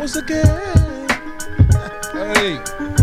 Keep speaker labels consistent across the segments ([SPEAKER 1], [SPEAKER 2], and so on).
[SPEAKER 1] again.
[SPEAKER 2] Hey,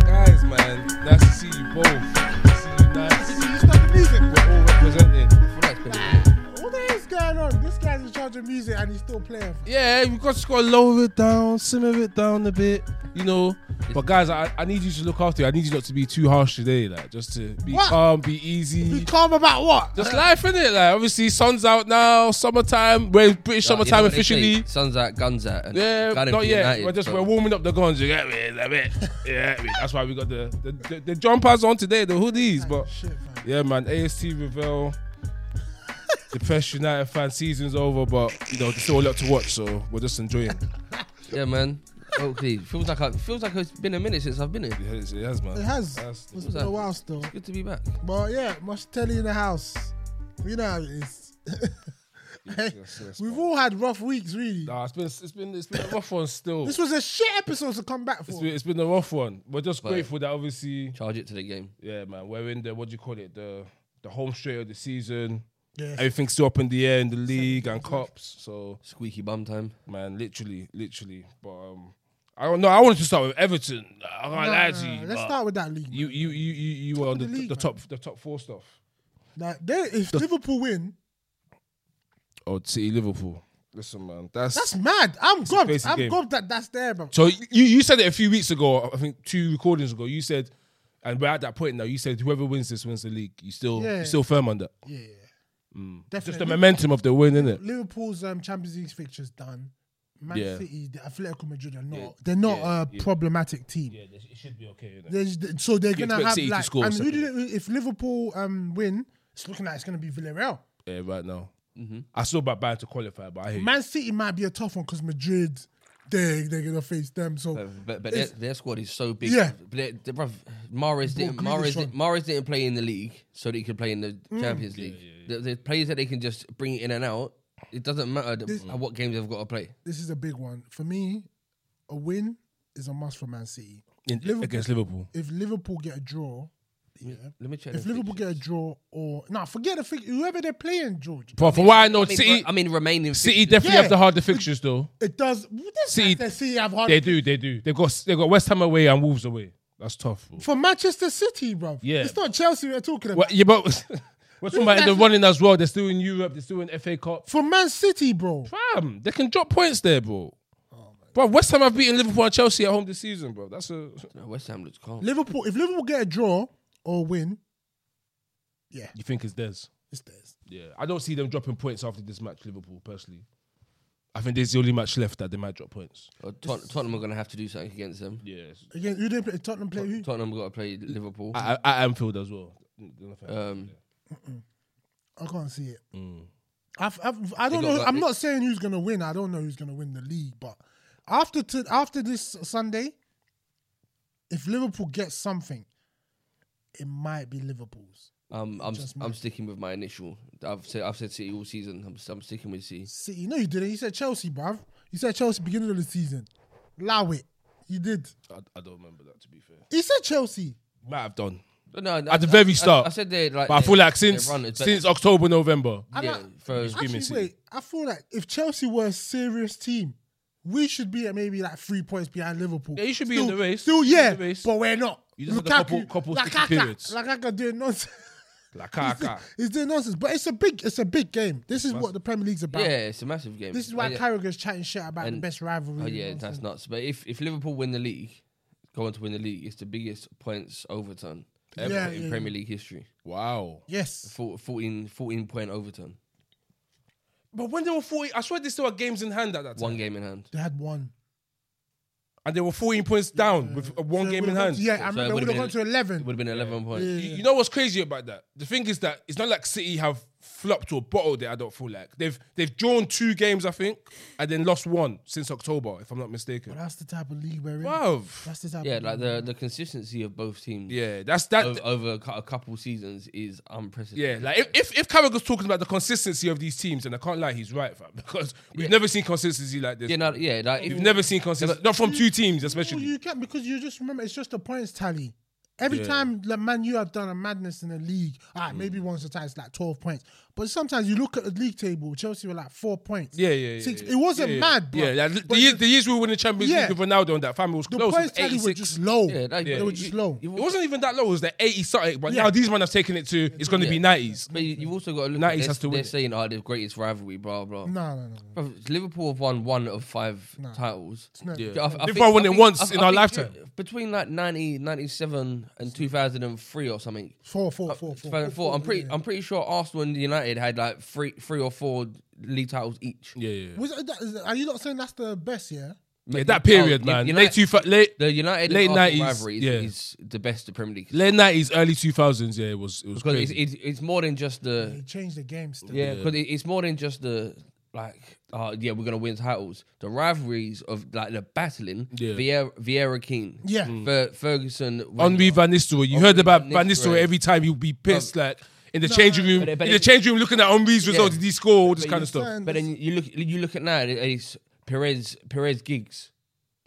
[SPEAKER 2] guys, man. Nice to see you both. See you nice.
[SPEAKER 1] You stop the music.
[SPEAKER 2] We're all representing.
[SPEAKER 1] What the hell's going on? This guy's in charge of music and he's still playing.
[SPEAKER 2] Yeah, you got just got to lower it down, simmer it down a bit, you know. But guys, I, I need you to look after. you. I need you not to be too harsh today, like just to be
[SPEAKER 1] What?
[SPEAKER 2] calm, be easy.
[SPEAKER 1] Be calm about what?
[SPEAKER 2] Just life in it, like obviously sun's out now, summertime. We're in British
[SPEAKER 3] You know
[SPEAKER 2] summertime
[SPEAKER 3] what they say,
[SPEAKER 2] officially.
[SPEAKER 3] Sun's out, guns out. And
[SPEAKER 2] Yeah,
[SPEAKER 3] gotta
[SPEAKER 2] not
[SPEAKER 3] be
[SPEAKER 2] yet.
[SPEAKER 3] united,
[SPEAKER 2] we're just
[SPEAKER 3] bro.
[SPEAKER 2] we're warming up the guns. You get me? That bit. Yeah, I mean, that's why we got the the, the the jumpers on today, the hoodies. But
[SPEAKER 1] Shit, man.
[SPEAKER 2] yeah, man, AST Revel. the Press United fan season's over, but you know there's still a lot to watch, so we're just enjoying.
[SPEAKER 3] Yeah, man. Okay, feels like I, feels like it's been a minute since I've been here.
[SPEAKER 2] It has, it has man.
[SPEAKER 1] It has.
[SPEAKER 2] That's-
[SPEAKER 1] It's
[SPEAKER 3] was
[SPEAKER 1] been a
[SPEAKER 3] that?
[SPEAKER 1] while still.
[SPEAKER 3] Good to be back.
[SPEAKER 1] But yeah, Moshtelli in the house. You know how it is.
[SPEAKER 2] yes, yes,
[SPEAKER 1] We've
[SPEAKER 2] man.
[SPEAKER 1] all had rough weeks, really.
[SPEAKER 2] Nah, it's been it's been it's been a rough one still.
[SPEAKER 1] This was a shit episode to come back
[SPEAKER 2] It's
[SPEAKER 1] for.
[SPEAKER 2] been, it's been a rough one. We're just
[SPEAKER 3] But-
[SPEAKER 2] grateful that obviously,
[SPEAKER 3] Charge it to the game.
[SPEAKER 2] yeah, man, we're in the what do you call it the the home straight of the season.
[SPEAKER 1] Yeah.
[SPEAKER 2] Everything's still up in the air in the league and cups. So
[SPEAKER 3] Squeaky bum time.
[SPEAKER 2] man, literally, literally. But um, I don't know. I wanted to start with Everton. I can't
[SPEAKER 1] Nah,
[SPEAKER 2] lie
[SPEAKER 1] nah,
[SPEAKER 2] to you.
[SPEAKER 1] nah, let's
[SPEAKER 2] but
[SPEAKER 1] start with that league.
[SPEAKER 2] You you you you, you were on the,
[SPEAKER 1] of the league,
[SPEAKER 2] the
[SPEAKER 1] man.
[SPEAKER 2] top the top four stuff.
[SPEAKER 1] Like, they, if Liverpool win,
[SPEAKER 2] Oh, City Liverpool. Listen, man, that's.
[SPEAKER 1] that's mad. I'm gobbed.
[SPEAKER 2] basic
[SPEAKER 1] I'm
[SPEAKER 2] game.
[SPEAKER 1] gobbed that that's there, bro.
[SPEAKER 2] so you, you said it a few weeks ago, I think two recordings ago. You said, and we're at that point now. You said whoever wins this wins the league. You still
[SPEAKER 1] Yeah.
[SPEAKER 2] you still firm on that.
[SPEAKER 1] Yeah,
[SPEAKER 2] Mm. Just the
[SPEAKER 1] definitely.
[SPEAKER 2] momentum of the win, isn't it?
[SPEAKER 1] Liverpool's um, Champions League fixture's done. Man
[SPEAKER 2] Yeah.
[SPEAKER 1] City, the Atletico Madrid are not. They're not a problematic team.
[SPEAKER 2] Yeah, it should be okay.
[SPEAKER 1] There's, so they're gonna
[SPEAKER 2] expect
[SPEAKER 1] have
[SPEAKER 2] City to
[SPEAKER 1] like,
[SPEAKER 2] score
[SPEAKER 1] and who
[SPEAKER 2] second.
[SPEAKER 1] did it, if Liverpool um win, it's looking like it's gonna be Villarreal.
[SPEAKER 2] Yeah, right now. I still about Bayern to qualify, but I hear you.
[SPEAKER 1] Man City might be a tough one because Madrid, they they're gonna face them. So
[SPEAKER 3] But but their, their squad is so big.
[SPEAKER 1] Yeah.
[SPEAKER 3] But they- they- bruv, Mahrez didn't
[SPEAKER 1] Grealish
[SPEAKER 3] Mahrez, did,
[SPEAKER 1] on.
[SPEAKER 3] Mahrez didn't play in the league so that he could play in the
[SPEAKER 2] Mm.
[SPEAKER 3] Champions League. The, the players that they can just bring in and out. It doesn't matter the, what games they've got to play.
[SPEAKER 1] this is a big one for me. A win is a must for Man City.
[SPEAKER 2] In-
[SPEAKER 1] Liverpool-
[SPEAKER 2] against Liverpool.
[SPEAKER 1] If Liverpool get a draw, yeah.
[SPEAKER 3] Let me check.
[SPEAKER 1] If
[SPEAKER 3] them
[SPEAKER 1] Liverpool
[SPEAKER 3] fixtures.
[SPEAKER 1] get a draw or nah, forget the fix, whoever they're playing, George.
[SPEAKER 2] But from what I know,
[SPEAKER 3] I mean,
[SPEAKER 2] City,
[SPEAKER 3] I mean, remaining
[SPEAKER 2] City
[SPEAKER 3] fixtures.
[SPEAKER 2] definitely
[SPEAKER 1] Yeah.
[SPEAKER 2] have the harder fixtures though.
[SPEAKER 1] It does. This
[SPEAKER 2] City-
[SPEAKER 1] Manchester City have hard
[SPEAKER 2] They do, they do. They got they got West Ham away and Wolves away. That's tough. Bro.
[SPEAKER 1] for Manchester City, bro.
[SPEAKER 2] Yeah.
[SPEAKER 1] it's not Chelsea we're talking about.
[SPEAKER 2] Well, yeah, but we're talking about in the running as well. They're still in Europe. They're still in FA Cup.
[SPEAKER 1] for Man City, bro.
[SPEAKER 2] Fam, they can drop points there, bro. Bro, West Ham have beaten Liverpool and Chelsea at home this season, bro. That's a
[SPEAKER 3] West Ham looks calm.
[SPEAKER 1] Liverpool. If Liverpool get a draw or win, yeah,
[SPEAKER 2] you think it's theirs.
[SPEAKER 1] it's theirs.
[SPEAKER 2] Yeah, I don't see them dropping points after this match, Liverpool. Personally, I think this is the only match left that they might drop points.
[SPEAKER 3] Uh, Tot- Tottenham are going to have to do something against them.
[SPEAKER 2] Yes,
[SPEAKER 1] Again, who did play? Tottenham play who?
[SPEAKER 3] Tottenham got to play Liverpool.
[SPEAKER 2] at, at Anfield as well.
[SPEAKER 3] Um,
[SPEAKER 1] I can't see it. I've, I've, I don't
[SPEAKER 3] got
[SPEAKER 1] know.
[SPEAKER 3] that-
[SPEAKER 1] I'm not saying who's gonna win. I don't know who's gonna win the league, but after to, after this Sunday, if Liverpool gets something, it might be Liverpool's.
[SPEAKER 3] um, I'm I'm sticking with my initial. I've said I've said City all season. I'm, I'm sticking with City.
[SPEAKER 1] City. No, you didn't. You said Chelsea, bruv. You said Chelsea beginning of the season. Allow it. You did.
[SPEAKER 2] I, I don't remember that to be fair.
[SPEAKER 1] You said Chelsea.
[SPEAKER 2] Might have done,
[SPEAKER 3] But No,
[SPEAKER 2] At the very
[SPEAKER 3] I,
[SPEAKER 2] start.
[SPEAKER 3] I, said they like.
[SPEAKER 2] but I
[SPEAKER 3] their-
[SPEAKER 2] feel like
[SPEAKER 3] their
[SPEAKER 2] since
[SPEAKER 3] run is better.
[SPEAKER 2] since October, November,
[SPEAKER 1] I'm
[SPEAKER 3] yeah,
[SPEAKER 1] not-
[SPEAKER 3] for
[SPEAKER 2] Give me
[SPEAKER 1] Actually,
[SPEAKER 2] City.
[SPEAKER 1] wait. I feel like if Chelsea were a serious team, we should be at maybe like three points behind Liverpool.
[SPEAKER 2] Yeah, you should be
[SPEAKER 1] still,
[SPEAKER 2] in the race.
[SPEAKER 1] Still,
[SPEAKER 2] You should be
[SPEAKER 1] yeah,
[SPEAKER 2] in the race.
[SPEAKER 1] but we're not.
[SPEAKER 2] You just had a couple- couple sticky
[SPEAKER 1] Lukaka,
[SPEAKER 2] periods.
[SPEAKER 1] Lukaka doing nonsense.
[SPEAKER 2] like ah, ah.
[SPEAKER 1] He's doing nonsense, but it's a big, it's a big game. This is what the Premier League's about.
[SPEAKER 3] yeah, it's a massive game.
[SPEAKER 1] This is why
[SPEAKER 3] Oh, yeah.
[SPEAKER 1] Carragher's chatting shit about the
[SPEAKER 3] And-
[SPEAKER 1] best rivalry.
[SPEAKER 3] Oh
[SPEAKER 1] and
[SPEAKER 3] yeah, that's
[SPEAKER 1] nonsense.
[SPEAKER 3] nuts. But if if Liverpool win the league, go on to win the league, it's the biggest points overturn ever
[SPEAKER 1] Yeah,
[SPEAKER 3] in
[SPEAKER 1] yeah,
[SPEAKER 3] Premier League history.
[SPEAKER 2] wow.
[SPEAKER 1] yes.
[SPEAKER 3] Four- 14, 14 point overturn,
[SPEAKER 2] But when they were 40, I swear they still had games in hand at that time.
[SPEAKER 3] one game in hand.
[SPEAKER 1] They had one.
[SPEAKER 2] And they were 14 points down with uh, one
[SPEAKER 1] So it
[SPEAKER 2] game in
[SPEAKER 1] would've gone
[SPEAKER 2] hand.
[SPEAKER 1] to- yeah, I
[SPEAKER 3] So
[SPEAKER 1] remember
[SPEAKER 3] it
[SPEAKER 1] would
[SPEAKER 3] would've
[SPEAKER 1] have gone
[SPEAKER 3] been-
[SPEAKER 1] to
[SPEAKER 3] It would
[SPEAKER 1] eleven.
[SPEAKER 3] have been eleven points.
[SPEAKER 1] Yeah.
[SPEAKER 2] You, you know what's crazy about that? The thing is that it's not like City have flopped or bottled it, I don't feel like. They've they've drawn two games, I think, and then lost one since October, if I'm not mistaken.
[SPEAKER 1] That's the type of league we're in.
[SPEAKER 2] Bruv.
[SPEAKER 1] That's the type.
[SPEAKER 3] Yeah,
[SPEAKER 1] of
[SPEAKER 3] like
[SPEAKER 1] league.
[SPEAKER 3] the the consistency of both teams
[SPEAKER 2] Yeah, that's that.
[SPEAKER 3] o- over a cou- a couple seasons is unprecedented.
[SPEAKER 2] Yeah, like if if, if Carragher's talking about the consistency of these teams, and I can't lie, he's right, fam, because we've never seen consistency like this.
[SPEAKER 3] Yeah, no, yeah, like if,
[SPEAKER 2] We've never seen consistency, not from two teams
[SPEAKER 1] Well,
[SPEAKER 2] especially.
[SPEAKER 1] you can't because you just remember it's just a points tally. Every time like, Man U have done a madness in the league, all right, maybe once or twice, like 12 points. But sometimes you look at the league table, Chelsea were like four points.
[SPEAKER 2] Yeah, yeah, yeah.
[SPEAKER 1] Six.
[SPEAKER 2] yeah.
[SPEAKER 1] It wasn't
[SPEAKER 2] yeah, yeah.
[SPEAKER 1] mad, bro.
[SPEAKER 2] Yeah, like, the,
[SPEAKER 1] But
[SPEAKER 2] years, the years we were in the Champions
[SPEAKER 1] Yeah.
[SPEAKER 2] League with Ronaldo and that family was
[SPEAKER 1] the
[SPEAKER 2] close. It
[SPEAKER 1] points
[SPEAKER 2] was
[SPEAKER 1] tally were
[SPEAKER 2] 86.
[SPEAKER 1] just low.
[SPEAKER 3] Yeah, that-
[SPEAKER 1] They were just low.
[SPEAKER 2] It wasn't even that low. It was the 80 something, but now these men have taken it to it's going to
[SPEAKER 3] Yeah.
[SPEAKER 2] be 90s.
[SPEAKER 3] But you- you've also got to look.
[SPEAKER 2] Nice
[SPEAKER 3] at
[SPEAKER 2] has
[SPEAKER 3] this,
[SPEAKER 2] to win
[SPEAKER 3] they're
[SPEAKER 2] it.
[SPEAKER 3] saying, "Oh, the greatest rivalry." Blah blah.
[SPEAKER 1] No, no, no. no.
[SPEAKER 3] Bro, Liverpool have won one of five titles.
[SPEAKER 1] not- Yeah.
[SPEAKER 3] I, I think-
[SPEAKER 2] Liverpool won
[SPEAKER 3] I
[SPEAKER 2] it
[SPEAKER 3] think-
[SPEAKER 2] once
[SPEAKER 3] I-
[SPEAKER 2] in
[SPEAKER 3] I
[SPEAKER 2] our
[SPEAKER 3] think
[SPEAKER 2] lifetime.
[SPEAKER 3] Between like 90, 97 and two thousand and three or something.
[SPEAKER 1] Four, four, four, four.
[SPEAKER 3] 2004. I'm pretty. I'm pretty sure Arsenal and United had like three, three or four league titles each.
[SPEAKER 2] Yeah, yeah.
[SPEAKER 1] Was it, that- is- are you not saying that's the best? Yeah.
[SPEAKER 2] Yeah, that period,
[SPEAKER 3] Oh,
[SPEAKER 2] man.
[SPEAKER 3] Uni-
[SPEAKER 2] late two, late
[SPEAKER 3] The United
[SPEAKER 2] Late
[SPEAKER 3] late
[SPEAKER 2] 90s,
[SPEAKER 3] rivalry is,
[SPEAKER 2] yeah.
[SPEAKER 3] is the best the Premier League has
[SPEAKER 2] late nineties, early two thousands. Yeah, it was it was
[SPEAKER 3] because it's,
[SPEAKER 2] crazy.
[SPEAKER 3] it's, it's more than just
[SPEAKER 1] They
[SPEAKER 3] the
[SPEAKER 1] changed the game still.
[SPEAKER 3] yeah because it's more than just the like oh yeah we're gonna win titles the rivalries of like the battling
[SPEAKER 2] Yeah.
[SPEAKER 3] Vieira Vieira Keane
[SPEAKER 1] Yeah.
[SPEAKER 3] Fer- Ferguson
[SPEAKER 2] Henri
[SPEAKER 3] Wenger.
[SPEAKER 2] Van Nistelrooy. You heard about Van Nistelrooy
[SPEAKER 3] Nistelrooy. Um,
[SPEAKER 2] every time you'd be pissed, like in the changing room.
[SPEAKER 3] But- but
[SPEAKER 2] in the
[SPEAKER 3] it-
[SPEAKER 2] changing room, looking at Henri's results, did he score? All this
[SPEAKER 3] but
[SPEAKER 2] kind of
[SPEAKER 3] you
[SPEAKER 2] stuff.
[SPEAKER 1] Certain-
[SPEAKER 3] but then you look you look at now it- it's Perez Perez Giggs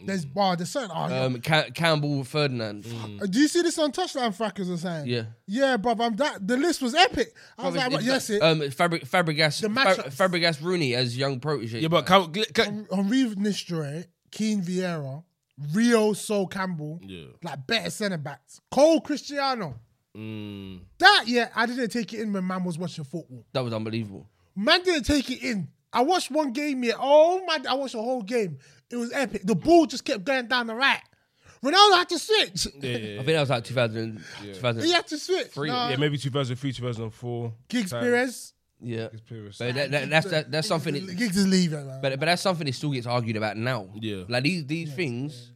[SPEAKER 1] there's bar. There's certain. Oh,
[SPEAKER 3] um Ca- Campbell Ferdinand
[SPEAKER 1] yeah. do you see this on touchline frackers or something?
[SPEAKER 3] Yeah.
[SPEAKER 1] Yeah, bruv. I'm that. The list was epic. I was like,
[SPEAKER 3] It's-
[SPEAKER 1] but yes,
[SPEAKER 3] it's like,
[SPEAKER 1] it.
[SPEAKER 3] um Fabri- Fabregas
[SPEAKER 1] The
[SPEAKER 3] Fab-
[SPEAKER 1] matchups.
[SPEAKER 3] Fabregas Rooney as young protege
[SPEAKER 2] Yeah, but can, can,
[SPEAKER 1] Henri Nistelrooy, Keane Vieira, Rio Sol Campbell,
[SPEAKER 2] Yeah.
[SPEAKER 1] like better centre backs. Cole Cristiano.
[SPEAKER 2] mm,
[SPEAKER 1] That yeah, I didn't take it in when man was watching football.
[SPEAKER 3] that was unbelievable
[SPEAKER 1] Man didn't take it in. I watched one game here. Oh my! I watched the whole game. It was epic. The ball just kept going down the right. Ronaldo had to switch.
[SPEAKER 3] I think that was like 2000 2000
[SPEAKER 1] he had to switch.
[SPEAKER 3] Three-
[SPEAKER 1] Nah,
[SPEAKER 2] yeah, maybe two thousand three, two thousand four.
[SPEAKER 1] Giggs Perez.
[SPEAKER 3] yeah
[SPEAKER 2] Perez.
[SPEAKER 3] But that, that, that's that, that's something that-
[SPEAKER 1] Giggs is leaving. Man.
[SPEAKER 3] But but that's something that still gets argued about now.
[SPEAKER 2] Yeah.
[SPEAKER 3] Like these these things,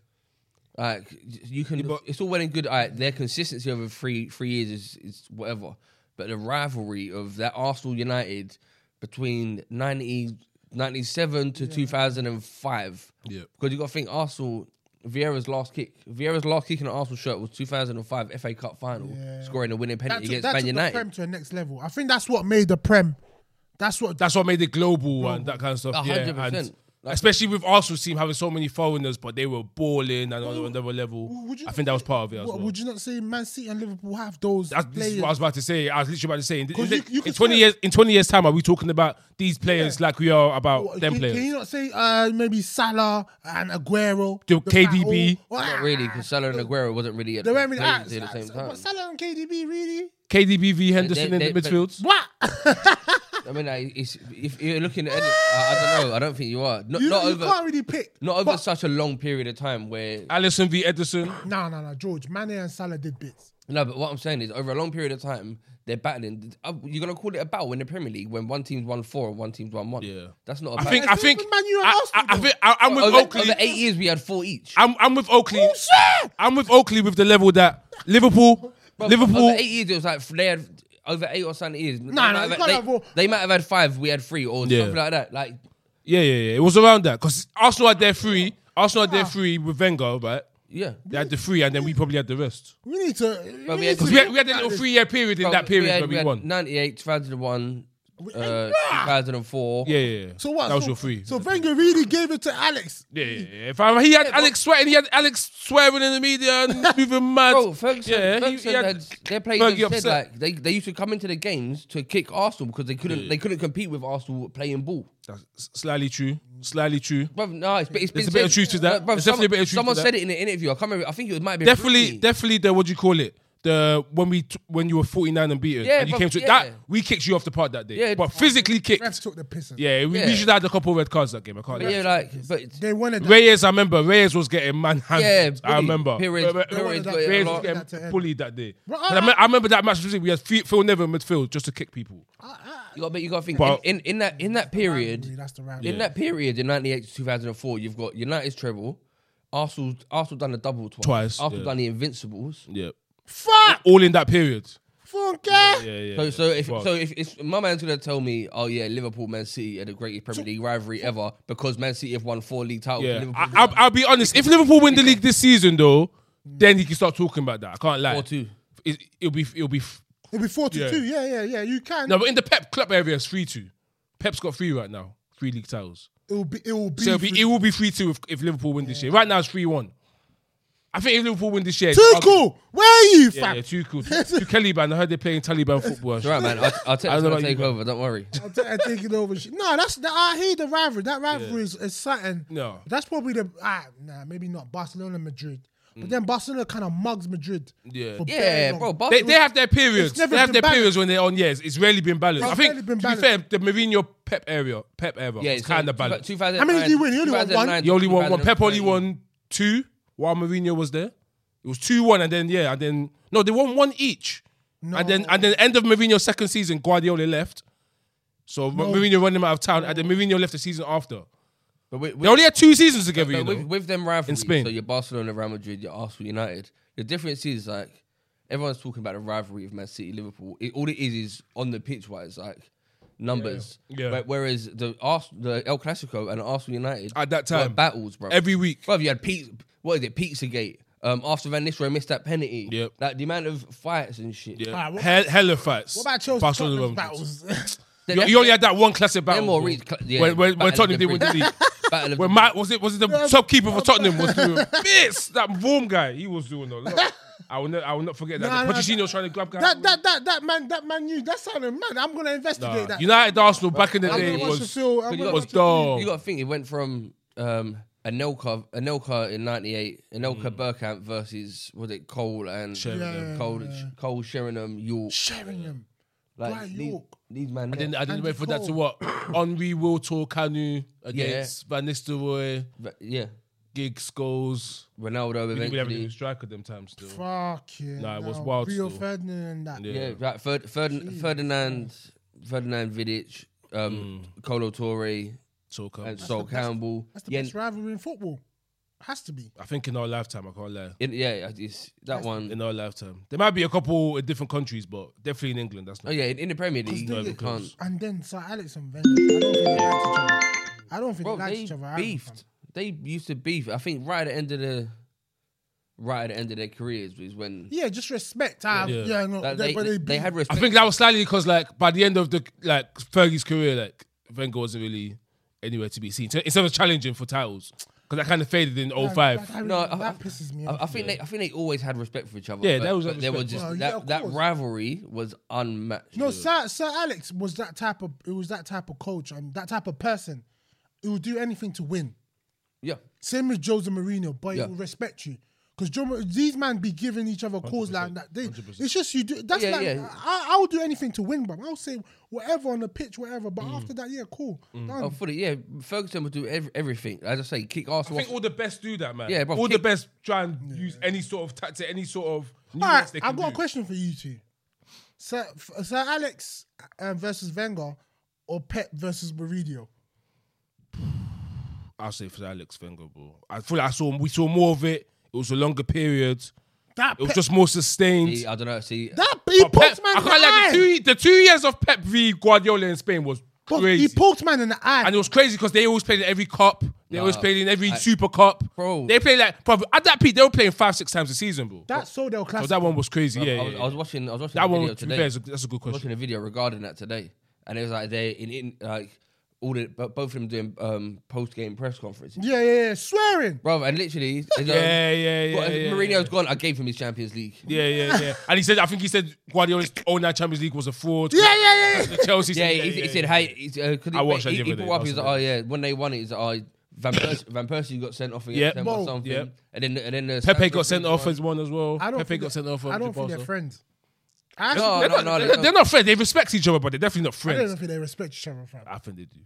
[SPEAKER 3] like you can.
[SPEAKER 2] but-
[SPEAKER 3] it's all well and good. Like, their consistency over three three years is is whatever. But the rivalry of that Arsenal United between 90, 97 to two thousand and five.
[SPEAKER 2] Yeah.
[SPEAKER 3] Because you got to think Arsenal. Vieira's last kick. Vieira's last kick in an Arsenal shirt was 2005 FA Cup final, scoring a winning
[SPEAKER 1] that
[SPEAKER 3] penalty
[SPEAKER 1] took,
[SPEAKER 3] against
[SPEAKER 1] that
[SPEAKER 3] Man
[SPEAKER 1] took the Prem
[SPEAKER 3] United.
[SPEAKER 1] to a next level. I think that's what made the Prem. That's what.
[SPEAKER 2] That's what made it global and that kind of stuff.
[SPEAKER 3] A
[SPEAKER 2] Yeah,
[SPEAKER 3] hundred
[SPEAKER 2] and
[SPEAKER 3] percent. Like-
[SPEAKER 2] especially with Arsenal team having so many foreigners, but they were balling and on another level.
[SPEAKER 1] Would you
[SPEAKER 2] I
[SPEAKER 1] not
[SPEAKER 2] think that was
[SPEAKER 1] say-
[SPEAKER 2] part of it as
[SPEAKER 1] what-
[SPEAKER 2] well.
[SPEAKER 1] Would you not say Man City and Liverpool have those
[SPEAKER 2] That's this is
[SPEAKER 1] players?
[SPEAKER 2] what I was about to say. I was literally about to say in, in,
[SPEAKER 1] 'Cause you- you
[SPEAKER 2] in
[SPEAKER 1] could
[SPEAKER 2] twenty
[SPEAKER 1] say-
[SPEAKER 2] years in twenty years time, are we talking about these players like we are about
[SPEAKER 1] What,
[SPEAKER 2] them
[SPEAKER 1] can,
[SPEAKER 2] players?
[SPEAKER 1] can you not say uh, maybe Salah and Aguero?
[SPEAKER 2] Do
[SPEAKER 1] the
[SPEAKER 2] KDB?
[SPEAKER 1] battle?
[SPEAKER 3] Not really, because Salah and Aguero wasn't really at,
[SPEAKER 1] They weren't really
[SPEAKER 3] playing at
[SPEAKER 1] acts.
[SPEAKER 3] the same time.
[SPEAKER 1] But Salah and KDB really?
[SPEAKER 2] KDB v Henderson
[SPEAKER 3] They- they-
[SPEAKER 2] in the
[SPEAKER 3] they-
[SPEAKER 2] midfield.
[SPEAKER 1] What?
[SPEAKER 3] I mean, like, it's, if you're looking at, it, I, I don't know. I don't think you are. Not,
[SPEAKER 1] You,
[SPEAKER 3] not
[SPEAKER 1] you
[SPEAKER 3] over,
[SPEAKER 1] can't really pick.
[SPEAKER 3] not over such a long period of time where.
[SPEAKER 2] Allison v Edison.
[SPEAKER 1] No, no, no. George Mane and Salah did bits.
[SPEAKER 3] No, but what I'm saying is, over a long period of time, they're battling. Uh, You're gonna call it a battle in the Premier League when one team's won four and one team's won one.
[SPEAKER 2] Yeah.
[SPEAKER 3] that's not. A
[SPEAKER 2] I
[SPEAKER 3] battle.
[SPEAKER 2] think.
[SPEAKER 1] it's
[SPEAKER 2] I think.
[SPEAKER 1] even Man U and
[SPEAKER 2] I, I,
[SPEAKER 1] Arsenal,
[SPEAKER 2] I
[SPEAKER 1] though.
[SPEAKER 2] think. I, am with
[SPEAKER 3] over,
[SPEAKER 2] Oakley.
[SPEAKER 3] over eight years, we had four each.
[SPEAKER 2] I'm, I'm with Oakley.
[SPEAKER 1] shit!
[SPEAKER 2] I'm with Oakley with the level that Liverpool. Liverpool.
[SPEAKER 3] Over eight years, it was like they had over eight or something years. No,
[SPEAKER 1] no, you can't
[SPEAKER 3] they,
[SPEAKER 1] have all-
[SPEAKER 3] they might have had five. We had three or
[SPEAKER 2] Yeah.
[SPEAKER 3] something like that. Like
[SPEAKER 2] Yeah, yeah, yeah. It was around that because Arsenal had their three. Arsenal had their
[SPEAKER 3] Ah.
[SPEAKER 2] three with Wenger, right?
[SPEAKER 3] yeah.
[SPEAKER 2] They had the three, and then we probably had the rest.
[SPEAKER 1] We need to.
[SPEAKER 3] But we
[SPEAKER 1] need
[SPEAKER 3] had-
[SPEAKER 1] to
[SPEAKER 2] Because we had, we had
[SPEAKER 1] look
[SPEAKER 2] a
[SPEAKER 1] at
[SPEAKER 2] little
[SPEAKER 1] this.
[SPEAKER 2] three-year period in that period
[SPEAKER 3] we had,
[SPEAKER 2] where
[SPEAKER 3] we
[SPEAKER 2] we
[SPEAKER 3] had
[SPEAKER 2] won.
[SPEAKER 3] 98, 2001, uh,
[SPEAKER 1] Nah.
[SPEAKER 3] 2004.
[SPEAKER 2] Yeah, yeah. yeah.
[SPEAKER 1] So what?
[SPEAKER 2] That was
[SPEAKER 1] so,
[SPEAKER 2] your three.
[SPEAKER 1] So Wenger really gave it to Alex.
[SPEAKER 2] Yeah, yeah, yeah. If I, he had Alex sweating, he had Alex swearing in the media and moving mad.
[SPEAKER 3] Bro, Ferguson,
[SPEAKER 2] Yeah, he-
[SPEAKER 3] Ferguson
[SPEAKER 2] he had-
[SPEAKER 3] had, their players
[SPEAKER 2] Fergie
[SPEAKER 3] have said
[SPEAKER 2] upset.
[SPEAKER 3] like they, they used to come into the games to kick Arsenal because they couldn't they couldn't compete with Arsenal playing ball.
[SPEAKER 2] That's slightly true. Slightly true.
[SPEAKER 3] Bruv, no, it's, been- it's been
[SPEAKER 2] There's a bit of
[SPEAKER 3] said-
[SPEAKER 2] truth to that.
[SPEAKER 3] Bruv,
[SPEAKER 2] There's
[SPEAKER 3] someone,
[SPEAKER 2] definitely a bit of truth to
[SPEAKER 3] Someone
[SPEAKER 2] that.
[SPEAKER 3] said it in an interview. I can't remember. I think it might be
[SPEAKER 2] Definitely,
[SPEAKER 3] Rooney.
[SPEAKER 2] definitely the what do you call it? The when we t- when you were 49 and beaten
[SPEAKER 3] Yeah,
[SPEAKER 2] and you
[SPEAKER 3] but-
[SPEAKER 2] came to
[SPEAKER 3] yeah.
[SPEAKER 2] that, we kicked you off the park that day.
[SPEAKER 3] Yeah.
[SPEAKER 2] but physically
[SPEAKER 1] Refs
[SPEAKER 2] kicked.
[SPEAKER 1] took the piss. out.
[SPEAKER 2] Yeah, we, we
[SPEAKER 3] Yeah.
[SPEAKER 2] should have had a couple red cards that game. I can't.
[SPEAKER 3] But yeah,
[SPEAKER 2] lie.
[SPEAKER 3] like, but it's-
[SPEAKER 1] They wanted that.
[SPEAKER 2] Reyes, I remember Reyes was getting manhandled.
[SPEAKER 3] yeah,
[SPEAKER 2] I remember.
[SPEAKER 3] Perez,
[SPEAKER 2] Re- re-
[SPEAKER 1] wanted that-
[SPEAKER 3] Perez, got
[SPEAKER 1] Perez
[SPEAKER 3] a
[SPEAKER 2] Reyes
[SPEAKER 1] was
[SPEAKER 2] was
[SPEAKER 1] getting
[SPEAKER 3] lot.
[SPEAKER 2] getting
[SPEAKER 1] that to end.
[SPEAKER 2] bullied that day.
[SPEAKER 1] Right,
[SPEAKER 2] And I, me- I remember that match specifically. We had Fe- Phil Neville in midfield just to kick people.
[SPEAKER 3] You got, but you got to think
[SPEAKER 2] But-
[SPEAKER 3] in, in in that in that period.
[SPEAKER 1] That's the
[SPEAKER 3] In
[SPEAKER 1] round.
[SPEAKER 3] that period, in 98 to 2004, you've got United's treble, Arsenal, Arsenal done the double twice,
[SPEAKER 2] Twice,
[SPEAKER 3] Arsenal
[SPEAKER 2] yeah.
[SPEAKER 3] done the Invincibles.
[SPEAKER 2] Yeah,
[SPEAKER 1] Fuck,
[SPEAKER 2] all in that period.
[SPEAKER 1] Funky.
[SPEAKER 2] Yeah, yeah.
[SPEAKER 3] So, so if
[SPEAKER 2] Fuck.
[SPEAKER 3] so if it's, my man's gonna tell me, oh yeah, Liverpool, Man City are the greatest Premier League rivalry ever because Man City have won four league titles.
[SPEAKER 2] yeah,
[SPEAKER 3] Liverpool
[SPEAKER 2] I, I'll, I'll be honest. If Liverpool win the league this season, though, then he can start talking about that. I can't lie.
[SPEAKER 3] four two.
[SPEAKER 2] It, it'll be it'll be
[SPEAKER 1] It'll be forty-two. Yeah, yeah, yeah. You can.
[SPEAKER 2] No, but in the Pep club area, it's three two. Pep's got three right now, three league titles.
[SPEAKER 1] It will be. It will be.
[SPEAKER 2] So it'll be, it will be three two if, if Liverpool win this year. Right now it's three one. I think if Liverpool win this year,
[SPEAKER 1] Too
[SPEAKER 2] I'll-
[SPEAKER 1] cool. Where are you,
[SPEAKER 2] Yeah,
[SPEAKER 1] fam?
[SPEAKER 2] yeah, too cool. Too Caliban. I heard they're playing Taliban football. and
[SPEAKER 3] It's all right, man. I'll, I'll, t-
[SPEAKER 2] I don't know
[SPEAKER 3] I'll
[SPEAKER 2] about
[SPEAKER 3] take
[SPEAKER 2] you,
[SPEAKER 3] over. Don't worry.
[SPEAKER 1] I'm, t- I'm taking over. shit. No, that's that, I hear the rivalry. That rivalry is, is something.
[SPEAKER 2] No.
[SPEAKER 1] that's probably the ah nah maybe not Barcelona Madrid, but then Barcelona kind of mugs Madrid.
[SPEAKER 2] Mm. Yeah.
[SPEAKER 1] for
[SPEAKER 3] Yeah,
[SPEAKER 1] betting on-
[SPEAKER 3] bro. Bar-
[SPEAKER 2] They, they have their periods.
[SPEAKER 1] Oh, It's never
[SPEAKER 2] They have
[SPEAKER 1] been
[SPEAKER 2] their
[SPEAKER 1] balanced.
[SPEAKER 2] periods when they're on. Years. It's rarely been balanced.
[SPEAKER 1] It's
[SPEAKER 2] I think
[SPEAKER 1] rarely
[SPEAKER 2] to
[SPEAKER 1] been
[SPEAKER 2] be fair, the Mourinho Pep area, Pep era,
[SPEAKER 3] yeah,
[SPEAKER 2] was kind of balanced.
[SPEAKER 3] Two thousand.
[SPEAKER 1] How many did he win? He only won one.
[SPEAKER 2] He only won one. Pep only won two while Mourinho was there. It was two one, and then yeah, and then no, they won one each. And then and then end of Mourinho's second season, Guardiola left. So Mourinho ran him out of town, and then Mourinho left the season after.
[SPEAKER 3] But with,
[SPEAKER 2] They only had two seasons together, you
[SPEAKER 3] but
[SPEAKER 2] know.
[SPEAKER 3] with, with them rivalries,
[SPEAKER 2] Spain.
[SPEAKER 3] so your Barcelona, Real Madrid, your Arsenal, United. The difference is like everyone's talking about the rivalry of Man City, Liverpool. It, all it is is on the pitch wise, like numbers.
[SPEAKER 2] Yeah.
[SPEAKER 3] But whereas the Ars- the El Clasico and Arsenal United
[SPEAKER 2] At that
[SPEAKER 3] were
[SPEAKER 2] time.
[SPEAKER 3] battles, bro.
[SPEAKER 2] Every week.
[SPEAKER 3] Bro, you had Pete. What is it? Pizzagate. Um, after Van Nistelrooy missed that penalty.
[SPEAKER 2] Yep.
[SPEAKER 3] Like the amount of fights and shit.
[SPEAKER 2] Yeah.
[SPEAKER 1] Alright, what-
[SPEAKER 2] Hell, hella fights.
[SPEAKER 1] What about Chelsea
[SPEAKER 2] Barcelona
[SPEAKER 1] Tottenham
[SPEAKER 2] Real Madrid.
[SPEAKER 1] battles?
[SPEAKER 3] Then
[SPEAKER 2] You,
[SPEAKER 3] that's-
[SPEAKER 2] you only had that one classic battle.
[SPEAKER 3] more
[SPEAKER 2] bro.
[SPEAKER 3] reads- cl- yeah,
[SPEAKER 2] when, when, when
[SPEAKER 3] battle of
[SPEAKER 2] Tottenham
[SPEAKER 3] the
[SPEAKER 2] did win the
[SPEAKER 3] bridge.
[SPEAKER 2] league.
[SPEAKER 3] Battle of
[SPEAKER 2] When
[SPEAKER 3] the-
[SPEAKER 2] Matt was it was it the shopkeeper for Tottenham was doing this that warm guy he was doing a lot. I will not I will not forget that.
[SPEAKER 1] Nah, nah,
[SPEAKER 2] Pochettino trying to grab guys.
[SPEAKER 1] that that that that man that man knew that sounded mad. I'm gonna
[SPEAKER 2] Nah.
[SPEAKER 1] investigate that.
[SPEAKER 2] United Arsenal back in the
[SPEAKER 1] I'm
[SPEAKER 2] day
[SPEAKER 1] gonna
[SPEAKER 2] was
[SPEAKER 1] watch the film. I'm gonna
[SPEAKER 3] you got-
[SPEAKER 2] was
[SPEAKER 1] watch the-
[SPEAKER 2] dog.
[SPEAKER 3] You got to think it went from um, Anelka, Anelka in '98, Anelka Burkamp versus was it Cole and
[SPEAKER 2] Mm. Sheringham.
[SPEAKER 1] Yeah.
[SPEAKER 3] Cole, Cole Sheringham, York,
[SPEAKER 1] Sheringham.
[SPEAKER 3] like
[SPEAKER 1] Brian
[SPEAKER 3] these,
[SPEAKER 1] York.
[SPEAKER 3] these man.
[SPEAKER 2] Then I didn't
[SPEAKER 1] Andy
[SPEAKER 2] wait for that to
[SPEAKER 1] Cole.
[SPEAKER 2] what? Henri Wiltor Canu against Van Nistelrooy,
[SPEAKER 3] but yeah,
[SPEAKER 2] Gig Scholes.
[SPEAKER 3] Ronaldo
[SPEAKER 2] We didn't have
[SPEAKER 3] eventually.
[SPEAKER 2] any striker them times still.
[SPEAKER 1] Fucking.
[SPEAKER 2] Nah, it was
[SPEAKER 1] hell.
[SPEAKER 2] wild
[SPEAKER 1] Rio
[SPEAKER 2] still.
[SPEAKER 1] Ferdinand and that.
[SPEAKER 3] Yeah, right. Ferd, Ferd, Ferdinand, Ferdinand Vidic, um, Colo Torre,
[SPEAKER 2] Talker.
[SPEAKER 3] and
[SPEAKER 1] Mm. Oh,
[SPEAKER 3] Sol
[SPEAKER 1] the best-
[SPEAKER 3] Campbell.
[SPEAKER 1] That's the
[SPEAKER 3] yeah,
[SPEAKER 1] best rivalry in football. Has to be.
[SPEAKER 2] I think in our lifetime, I can't lie.
[SPEAKER 3] in- yeah, it's that one.
[SPEAKER 2] In our lifetime, there might be a couple in different countries, but definitely in England. That's
[SPEAKER 3] Oh
[SPEAKER 2] not.
[SPEAKER 3] yeah, in, in the Premier League,
[SPEAKER 1] they-
[SPEAKER 3] you can't.
[SPEAKER 1] And then Sir Alex and Wenger. I don't think they liked each other. I don't think
[SPEAKER 3] Bro,
[SPEAKER 1] they liked
[SPEAKER 3] they
[SPEAKER 1] each other. either, fam.
[SPEAKER 3] beefed. They used to beef. I think right at the end of the right at the end of their careers was when
[SPEAKER 1] Yeah, just respect. Yeah,
[SPEAKER 2] Yeah.
[SPEAKER 1] yeah no,
[SPEAKER 3] that
[SPEAKER 1] they,
[SPEAKER 3] they,
[SPEAKER 1] but
[SPEAKER 3] they,
[SPEAKER 1] they, beat-
[SPEAKER 3] had
[SPEAKER 2] I
[SPEAKER 3] respect.
[SPEAKER 2] think that was slightly because, like, by the end of the like Fergie's career, like Wenger wasn't really anywhere to be seen. So, instead of challenging for titles, because that kind of faded in
[SPEAKER 1] That-
[SPEAKER 2] 05.
[SPEAKER 1] That, that,
[SPEAKER 3] No,
[SPEAKER 1] really-
[SPEAKER 3] I-
[SPEAKER 1] that
[SPEAKER 3] I-
[SPEAKER 1] pisses me
[SPEAKER 3] I,
[SPEAKER 1] off.
[SPEAKER 3] I think they I think they always had respect for each other.
[SPEAKER 2] Yeah,
[SPEAKER 3] but,
[SPEAKER 2] that was
[SPEAKER 3] but there was
[SPEAKER 2] respect.
[SPEAKER 3] just
[SPEAKER 1] Oh, yeah,
[SPEAKER 3] that,
[SPEAKER 1] of
[SPEAKER 3] that
[SPEAKER 1] course.
[SPEAKER 3] rivalry was unmatched.
[SPEAKER 1] No, Sir, Sir Alex was that type of. It was that type of coach and that type of person. It would do anything to win.
[SPEAKER 3] yeah.
[SPEAKER 1] Same with Jose Mourinho, but
[SPEAKER 3] Yeah.
[SPEAKER 1] he will respect you. Because these man be giving each other calls like that. They, it's just you do. That's
[SPEAKER 3] Yeah,
[SPEAKER 1] like
[SPEAKER 3] yeah.
[SPEAKER 1] I, I will do anything to win, but I'll say whatever on the pitch, whatever.
[SPEAKER 3] Mm.
[SPEAKER 1] But after that, yeah, cool. Done.
[SPEAKER 3] Oh, fully, yeah. Ferguson would do ev- everything. As I say, kick
[SPEAKER 2] I
[SPEAKER 3] Arsenal.
[SPEAKER 2] think
[SPEAKER 3] Off.
[SPEAKER 2] all the best do that, man.
[SPEAKER 3] Yeah, bro,
[SPEAKER 2] all the
[SPEAKER 3] kick-
[SPEAKER 2] best try and use any sort of tactic, any sort of.
[SPEAKER 1] All right,
[SPEAKER 2] nuance they can
[SPEAKER 1] I've got a
[SPEAKER 2] do.
[SPEAKER 1] question for you two. Sir, f- Sir Alex um, versus Wenger or Pep versus Mourinho?
[SPEAKER 2] I'll say for Alex Wenger, bro. I feel like I saw we saw more of it. It was a longer period.
[SPEAKER 1] That
[SPEAKER 2] It was
[SPEAKER 1] Pep,
[SPEAKER 2] just more sustained.
[SPEAKER 3] I don't know. See,
[SPEAKER 1] that he
[SPEAKER 2] But Pep,
[SPEAKER 1] poked man
[SPEAKER 2] I
[SPEAKER 1] in the eye.
[SPEAKER 2] can't lie. The two, the two years of Pep v Guardiola in Spain was
[SPEAKER 1] But
[SPEAKER 2] crazy,
[SPEAKER 1] he poked man in the eye.
[SPEAKER 2] and it was crazy because they always played in every cup. They always
[SPEAKER 3] Nah,
[SPEAKER 2] played in every
[SPEAKER 3] I-
[SPEAKER 2] Super Cup.
[SPEAKER 3] Bro.
[SPEAKER 2] they played like bro, at that peak they were playing five, six times a season, bro.
[SPEAKER 1] That's so they'll class.
[SPEAKER 2] so that one was crazy. Yeah,
[SPEAKER 3] I,
[SPEAKER 2] yeah,
[SPEAKER 3] was,
[SPEAKER 2] yeah.
[SPEAKER 3] I was watching. I was watching a
[SPEAKER 2] that
[SPEAKER 3] video
[SPEAKER 2] one. To be
[SPEAKER 3] today.
[SPEAKER 2] fair, is a- that's a good question.
[SPEAKER 3] watching a video regarding that today, and it was like they in, in like all the bo- both of them doing um, post game press conferences,
[SPEAKER 1] yeah, yeah, yeah. Swearing.
[SPEAKER 3] brother. And literally, they go,
[SPEAKER 2] Yeah, yeah, yeah.
[SPEAKER 3] well,
[SPEAKER 2] yeah,
[SPEAKER 3] Mourinho's
[SPEAKER 2] yeah.
[SPEAKER 3] gone. I gave him his Champions League.
[SPEAKER 2] Yeah, yeah, yeah. And he said, I think he said Guardiola's 09 Champions League was a fraud.
[SPEAKER 1] Yeah, yeah, yeah.
[SPEAKER 2] The Chelsea.
[SPEAKER 3] Yeah,
[SPEAKER 2] thing,
[SPEAKER 3] he, he said,
[SPEAKER 2] yeah.
[SPEAKER 3] "Hey, he's, uh, could he,
[SPEAKER 2] I watched that
[SPEAKER 3] he,
[SPEAKER 2] the
[SPEAKER 3] he
[SPEAKER 2] other
[SPEAKER 3] brought
[SPEAKER 2] day,
[SPEAKER 3] up. He was
[SPEAKER 2] that
[SPEAKER 3] like,
[SPEAKER 2] was
[SPEAKER 3] oh yeah, when they won it, he's like, oh, Van Persie, Van Persie got sent off against
[SPEAKER 2] Yeah.
[SPEAKER 3] them or
[SPEAKER 1] Whoa.
[SPEAKER 3] something,
[SPEAKER 2] Yeah.
[SPEAKER 3] and then and then the
[SPEAKER 2] Pepe
[SPEAKER 3] Santos
[SPEAKER 2] got sent
[SPEAKER 3] thing
[SPEAKER 2] off
[SPEAKER 3] won.
[SPEAKER 2] as one as well.
[SPEAKER 1] I don't
[SPEAKER 2] Pepe
[SPEAKER 1] think
[SPEAKER 2] got
[SPEAKER 1] that-
[SPEAKER 2] sent off.
[SPEAKER 1] I don't think
[SPEAKER 2] for
[SPEAKER 1] they're
[SPEAKER 2] Barca.
[SPEAKER 1] friends. I actually,
[SPEAKER 3] No, no, no,
[SPEAKER 2] They're,
[SPEAKER 3] they
[SPEAKER 2] they're not friends. They respect each other, but they're definitely not
[SPEAKER 1] I don't
[SPEAKER 2] friends.
[SPEAKER 1] think they respect each other, fam.
[SPEAKER 2] I think they do.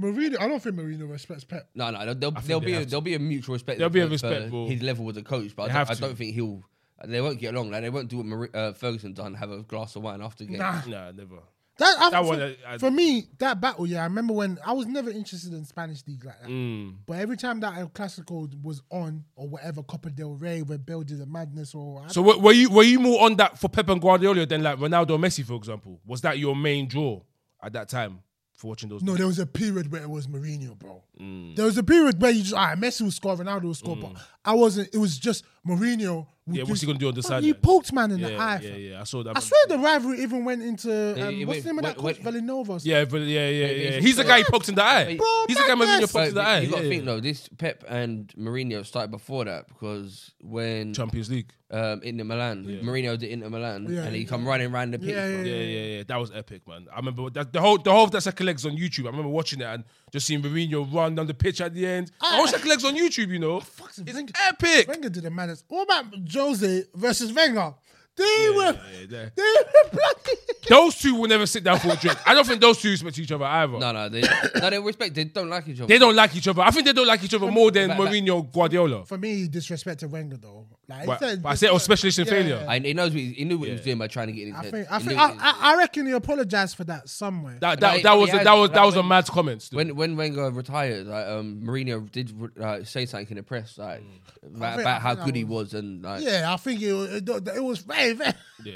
[SPEAKER 1] Mourinho, I don't think Mourinho respects Pep.
[SPEAKER 3] No, no, there'll,
[SPEAKER 2] think
[SPEAKER 3] there'll
[SPEAKER 2] they
[SPEAKER 3] be a,
[SPEAKER 2] have to.
[SPEAKER 3] there'll be a mutual respect.
[SPEAKER 2] There'll be a
[SPEAKER 3] for- for
[SPEAKER 2] respectful-
[SPEAKER 3] His level as a coach, but I
[SPEAKER 2] They
[SPEAKER 3] don't,
[SPEAKER 2] have
[SPEAKER 3] I
[SPEAKER 2] to.
[SPEAKER 3] don't think he'll. They won't get along. Like they won't do what Mar- uh, Ferguson done. Have a glass of wine after game.
[SPEAKER 1] Nah.
[SPEAKER 2] Nah, never.
[SPEAKER 1] That, I,
[SPEAKER 2] That
[SPEAKER 1] for,
[SPEAKER 2] one, uh, I- I-
[SPEAKER 1] for me, that battle, yeah, I remember when I was never interested in Spanish league like that.
[SPEAKER 2] Mm.
[SPEAKER 1] But every time that El Clasico was on or whatever, Copa del Rey, where Bell did a madness or I
[SPEAKER 2] So were, were you were you more on that for Pep and Guardiola than like Ronaldo, or Messi, for example? Was that your main draw at that time for watching those?
[SPEAKER 1] No, there was a period where it was Mourinho, bro.
[SPEAKER 2] Mm.
[SPEAKER 1] ah, There was a period where you just, all right, Messi will score, Ronaldo will score, but I wasn't, it was just Mourinho
[SPEAKER 2] Yeah, what's he gonna do on the
[SPEAKER 1] But
[SPEAKER 2] side?
[SPEAKER 1] He
[SPEAKER 2] then?
[SPEAKER 1] poked man in
[SPEAKER 2] yeah,
[SPEAKER 1] the eye.
[SPEAKER 2] yeah,
[SPEAKER 1] fam.
[SPEAKER 2] yeah. I saw that.
[SPEAKER 1] I
[SPEAKER 2] man.
[SPEAKER 1] swear the rivalry even went into um,
[SPEAKER 3] it
[SPEAKER 1] what's the
[SPEAKER 3] went-
[SPEAKER 1] name of that
[SPEAKER 3] went-
[SPEAKER 1] coach
[SPEAKER 3] went-
[SPEAKER 1] Villanova? or something?
[SPEAKER 2] Yeah, but yeah, yeah, yeah.
[SPEAKER 3] It-
[SPEAKER 2] yeah.
[SPEAKER 3] it's-
[SPEAKER 2] He's the guy who poked in the eye.
[SPEAKER 1] Bro,
[SPEAKER 2] He's the guy
[SPEAKER 1] madness.
[SPEAKER 2] Mourinho poked in the eye.
[SPEAKER 3] you got to
[SPEAKER 2] yeah,
[SPEAKER 3] think
[SPEAKER 2] yeah.
[SPEAKER 3] though, this Pep and Mourinho started before that because when
[SPEAKER 2] Champions League.
[SPEAKER 3] um, Inter Milan, Mourinho did Inter Milan,
[SPEAKER 1] Yeah,
[SPEAKER 3] and
[SPEAKER 1] yeah,
[SPEAKER 3] he come running round the pitch.
[SPEAKER 1] Yeah,
[SPEAKER 3] bro.
[SPEAKER 2] Yeah, yeah, yeah. That was epic, man. I remember that, the whole the whole of that second legs on YouTube. I remember watching it and just seeing Mourinho run down the pitch at the end. I
[SPEAKER 1] Ah.
[SPEAKER 2] watched second legs on YouTube, you know.
[SPEAKER 1] Fucks,
[SPEAKER 2] It's
[SPEAKER 1] Wenger-
[SPEAKER 2] epic.
[SPEAKER 1] Wenger did the madness. What about Jose versus Wenger? They were
[SPEAKER 2] yeah, yeah.
[SPEAKER 1] they were bloody.
[SPEAKER 2] Those two will never sit down for a drink. I don't think those two respect each other either.
[SPEAKER 3] No, no, they no, they respect. They don't like each other.
[SPEAKER 2] They don't like each other. I think they don't like each other more than
[SPEAKER 3] But- but-
[SPEAKER 2] Mourinho, Guardiola.
[SPEAKER 1] For me, he disrespected Wenger though. Like he
[SPEAKER 2] But,
[SPEAKER 1] said-
[SPEAKER 2] but I say, oh, specialist in
[SPEAKER 1] Yeah,
[SPEAKER 2] failure.
[SPEAKER 1] yeah.
[SPEAKER 3] And he knows what he, he knew what he was doing by trying to get in his
[SPEAKER 1] I
[SPEAKER 3] head.
[SPEAKER 1] think I
[SPEAKER 3] He
[SPEAKER 1] think
[SPEAKER 3] knew
[SPEAKER 1] I,
[SPEAKER 3] it was-
[SPEAKER 1] I, I reckon he apologized for that somewhere.
[SPEAKER 2] That
[SPEAKER 3] No,
[SPEAKER 2] that,
[SPEAKER 3] he-
[SPEAKER 2] that was
[SPEAKER 3] he
[SPEAKER 2] a, that was
[SPEAKER 3] has-
[SPEAKER 2] that was a
[SPEAKER 3] when-
[SPEAKER 2] mad comment. still.
[SPEAKER 3] when when Wenger retired, like, um, Mourinho did uh, say something in the press
[SPEAKER 2] Mm.
[SPEAKER 3] like, about,
[SPEAKER 1] think- I
[SPEAKER 3] about how
[SPEAKER 1] think I
[SPEAKER 3] good he was and like,
[SPEAKER 1] yeah, I think it was, it was very, very
[SPEAKER 2] yeah,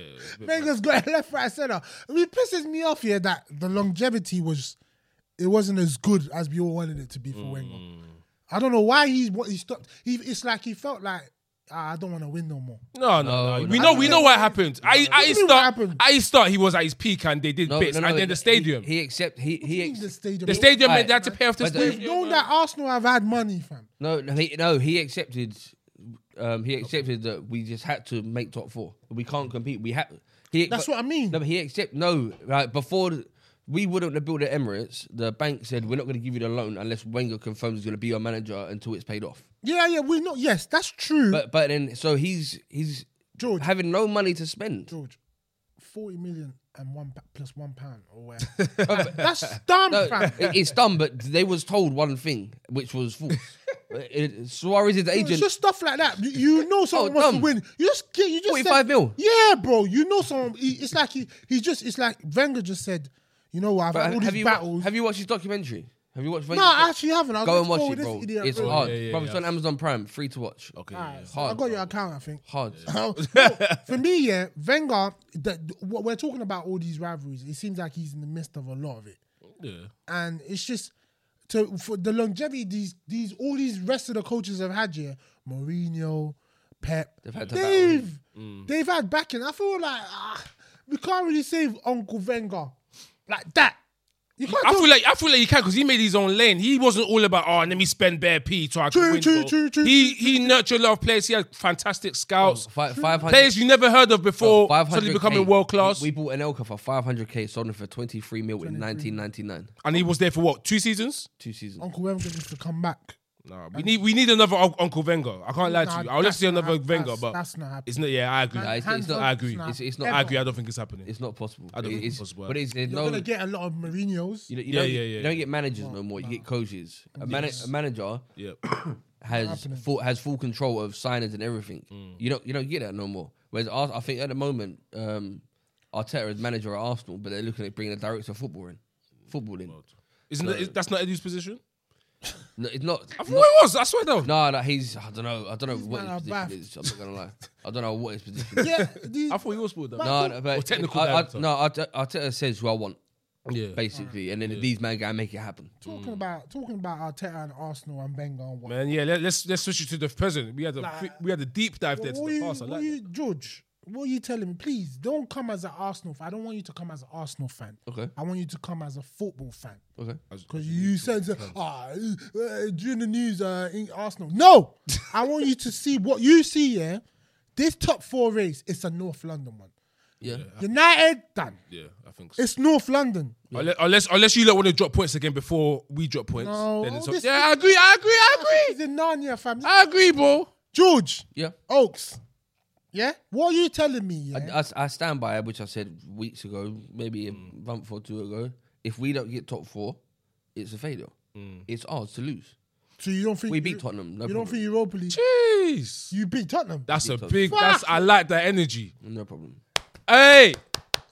[SPEAKER 1] Wenger's got left, right, centre. It pisses me off here that the longevity was, it wasn't as good as we all wanted it to be for Wenger.
[SPEAKER 2] Mm.
[SPEAKER 1] I don't know why he's what he stopped. He, it's like he felt like "Ah, I don't want to win no more.
[SPEAKER 2] no, no, no.
[SPEAKER 3] No,
[SPEAKER 2] We
[SPEAKER 3] no.
[SPEAKER 2] know, we know what happened. I, I
[SPEAKER 1] do you mean what
[SPEAKER 2] start,
[SPEAKER 1] happened?
[SPEAKER 2] I start. He was at his peak, and they did
[SPEAKER 3] No,
[SPEAKER 2] bits,
[SPEAKER 3] no, no,
[SPEAKER 2] and then the
[SPEAKER 3] he-
[SPEAKER 2] stadium,
[SPEAKER 3] He, accept he he
[SPEAKER 1] In the
[SPEAKER 3] ex-
[SPEAKER 1] stadium,
[SPEAKER 2] the stadium,
[SPEAKER 3] Right.
[SPEAKER 2] they had to pay off the
[SPEAKER 3] But the-
[SPEAKER 1] They've
[SPEAKER 2] stadium.
[SPEAKER 1] known that Arsenal have had money, fam.
[SPEAKER 3] no no, he no he accepted um he accepted that we just had to make top four. We can't compete. We had he.
[SPEAKER 1] That's what I mean.
[SPEAKER 3] No, but he accept no like before. the- We wouldn't have built the Emirates. The bank said we're not going to give you the loan unless Wenger confirms he's going to be your manager until it's paid off.
[SPEAKER 1] Yeah, yeah, we know. Yes, that's true.
[SPEAKER 3] But but then so he's he's
[SPEAKER 1] George.
[SPEAKER 3] having no money to spend.
[SPEAKER 1] George, forty million and one pa- plus one pound or where? that's dumb,
[SPEAKER 3] No,
[SPEAKER 1] fam.
[SPEAKER 3] it- it's dumb, but they was told one thing, which was false. It- Suarez's
[SPEAKER 1] It's
[SPEAKER 3] agent.
[SPEAKER 1] just stuff like that. You, you know someone
[SPEAKER 3] Oh,
[SPEAKER 1] wants
[SPEAKER 3] dumb.
[SPEAKER 1] to win. You just get you just
[SPEAKER 3] 45
[SPEAKER 1] said-
[SPEAKER 3] mil.
[SPEAKER 1] Yeah, bro. You know someone. He, it's like he he just it's like Wenger just said. You know what? I've
[SPEAKER 3] But
[SPEAKER 1] had all
[SPEAKER 3] Uh, have
[SPEAKER 1] these
[SPEAKER 3] you
[SPEAKER 1] battles.
[SPEAKER 3] have you watched his documentary? Have you watched?
[SPEAKER 1] no, I actually haven't. I was
[SPEAKER 3] go and watch
[SPEAKER 1] like,
[SPEAKER 3] it,
[SPEAKER 1] oh,
[SPEAKER 3] bro.
[SPEAKER 1] this idiot,
[SPEAKER 3] it's
[SPEAKER 1] bro.
[SPEAKER 3] hard,
[SPEAKER 2] Yeah, yeah,
[SPEAKER 3] bro. It's
[SPEAKER 2] yeah.
[SPEAKER 3] on Amazon Prime, free to watch.
[SPEAKER 2] Okay,
[SPEAKER 1] Alright,
[SPEAKER 2] yeah.
[SPEAKER 1] so I
[SPEAKER 3] Hard,
[SPEAKER 1] got your
[SPEAKER 3] bro.
[SPEAKER 1] account. I think.
[SPEAKER 3] Hard.
[SPEAKER 1] No, for me, yeah, Wenger. That what we're talking about all these rivalries. It seems like he's in the midst of a lot of it.
[SPEAKER 2] Yeah.
[SPEAKER 1] and it's just to for the longevity these these all these rest of the coaches have had here, Mourinho, Pep, they've
[SPEAKER 3] had to battle
[SPEAKER 1] they've, they've had backing. I feel like ah, we can't really save Uncle Wenger like that. You can't.
[SPEAKER 2] I
[SPEAKER 1] tell-
[SPEAKER 2] feel like I feel like he can because he made his own lane. He wasn't all about oh let me spend bare p to I can
[SPEAKER 1] True,
[SPEAKER 2] win.
[SPEAKER 1] true,
[SPEAKER 2] bro."
[SPEAKER 1] true, true,
[SPEAKER 2] He he nurtured a lot of players. He had fantastic scouts,
[SPEAKER 3] Oh, Five hundred.
[SPEAKER 2] players you never heard of before, suddenly becoming world class.
[SPEAKER 3] We bought Anelka for five hundred k, sold him for twenty three mil in nineteen ninety nine.
[SPEAKER 2] And he was there for what two seasons?
[SPEAKER 3] Two seasons.
[SPEAKER 1] Uncle Wenger needs to come back.
[SPEAKER 2] No, we need we need another Un- Uncle Wenger. I can't lie
[SPEAKER 1] Nah,
[SPEAKER 2] to you. I would love to
[SPEAKER 1] that's
[SPEAKER 2] see another
[SPEAKER 1] not hap-
[SPEAKER 2] Wenger,
[SPEAKER 1] that's-
[SPEAKER 2] but
[SPEAKER 1] that's not happening.
[SPEAKER 2] It's not. Yeah, I agree.
[SPEAKER 1] Nah,
[SPEAKER 3] Nah, it's, it's
[SPEAKER 1] Hands
[SPEAKER 3] not.
[SPEAKER 1] up.
[SPEAKER 2] I agree.
[SPEAKER 1] Nah.
[SPEAKER 3] It's, it's
[SPEAKER 2] I
[SPEAKER 3] not.
[SPEAKER 2] agree. I don't think it's happening.
[SPEAKER 3] It's not possible.
[SPEAKER 2] I don't think
[SPEAKER 3] it's,
[SPEAKER 2] it's possible.
[SPEAKER 3] But it's, there's
[SPEAKER 1] You're
[SPEAKER 3] no.
[SPEAKER 1] gonna get a lot of Mourinho's.
[SPEAKER 3] You, don't- you
[SPEAKER 2] Yeah,
[SPEAKER 3] don't,
[SPEAKER 2] yeah, yeah,
[SPEAKER 3] you don't
[SPEAKER 2] yeah.
[SPEAKER 3] get managers no more. You get coaches. A, mana- a manager
[SPEAKER 2] yeah,
[SPEAKER 3] has full, has full control of signings and everything.
[SPEAKER 2] Mm.
[SPEAKER 3] You don't you don't get that no more. Whereas Ars- I think at the moment, um, Arteta is manager at Arsenal, but they're looking at bringing a director of football in. Football in.
[SPEAKER 2] isn't that, is, that's not Eddie's position?
[SPEAKER 3] No, it's not.
[SPEAKER 2] I thought it was. I swear down.
[SPEAKER 3] No, no, he's. I don't know. I don't know what
[SPEAKER 1] man
[SPEAKER 3] his
[SPEAKER 1] a
[SPEAKER 3] position
[SPEAKER 1] bath.
[SPEAKER 3] is. I'm not gonna lie. I don't know what his position. is.
[SPEAKER 1] yeah, these,
[SPEAKER 2] I thought he was pulled down.
[SPEAKER 3] No, no, but
[SPEAKER 2] Or technical
[SPEAKER 3] I, I,
[SPEAKER 2] director.
[SPEAKER 3] no, Arte- Arteta says who I want
[SPEAKER 2] Yeah,
[SPEAKER 3] basically, and then these man gotta make it happen.
[SPEAKER 1] talking about talking about Arteta and Arsenal and Wenger. And what?
[SPEAKER 2] man. Yeah, let, let's let's switch it to the present. We had a
[SPEAKER 1] Like-
[SPEAKER 2] we had a deep dive there to
[SPEAKER 1] What
[SPEAKER 2] the
[SPEAKER 1] you,
[SPEAKER 2] past. I
[SPEAKER 1] what
[SPEAKER 2] like that.
[SPEAKER 1] you, George, what are you telling me? Please don't come as an Arsenal fan. I don't want you to come as an Arsenal fan.
[SPEAKER 3] Okay.
[SPEAKER 1] I want you to come as a football fan.
[SPEAKER 3] Okay.
[SPEAKER 1] Because you said, uh, ah, uh, uh, during the news, uh, in Arsenal. No! I want you to see what you see, yeah? This top four race, it's a North London one.
[SPEAKER 3] Yeah.
[SPEAKER 1] United, done.
[SPEAKER 2] Yeah, I think so.
[SPEAKER 1] It's North London.
[SPEAKER 2] Unless, unless, unless you lot want to drop points again before we drop points.
[SPEAKER 1] No.
[SPEAKER 2] then it's
[SPEAKER 1] Oh, this-
[SPEAKER 2] yeah, I agree, I agree, I agree.
[SPEAKER 1] It's in Narnia, fam.
[SPEAKER 2] I agree, bro.
[SPEAKER 1] George,
[SPEAKER 3] Yeah.
[SPEAKER 1] Oaks, yeah? What are you telling me, yeah?
[SPEAKER 3] I, I stand by it, which I said weeks ago, maybe a
[SPEAKER 2] Mm.
[SPEAKER 3] month or two ago. If we don't get top four, it's a failure.
[SPEAKER 2] Mm.
[SPEAKER 3] It's ours to lose.
[SPEAKER 1] so you don't think...
[SPEAKER 3] We
[SPEAKER 1] you-
[SPEAKER 3] beat Tottenham. No
[SPEAKER 1] you
[SPEAKER 3] problem.
[SPEAKER 1] don't think Europa League...
[SPEAKER 2] Jeez.
[SPEAKER 1] You beat Tottenham.
[SPEAKER 2] That's a
[SPEAKER 3] Fuck.
[SPEAKER 2] big, that's, I like that energy.
[SPEAKER 3] no problem.
[SPEAKER 2] Hey.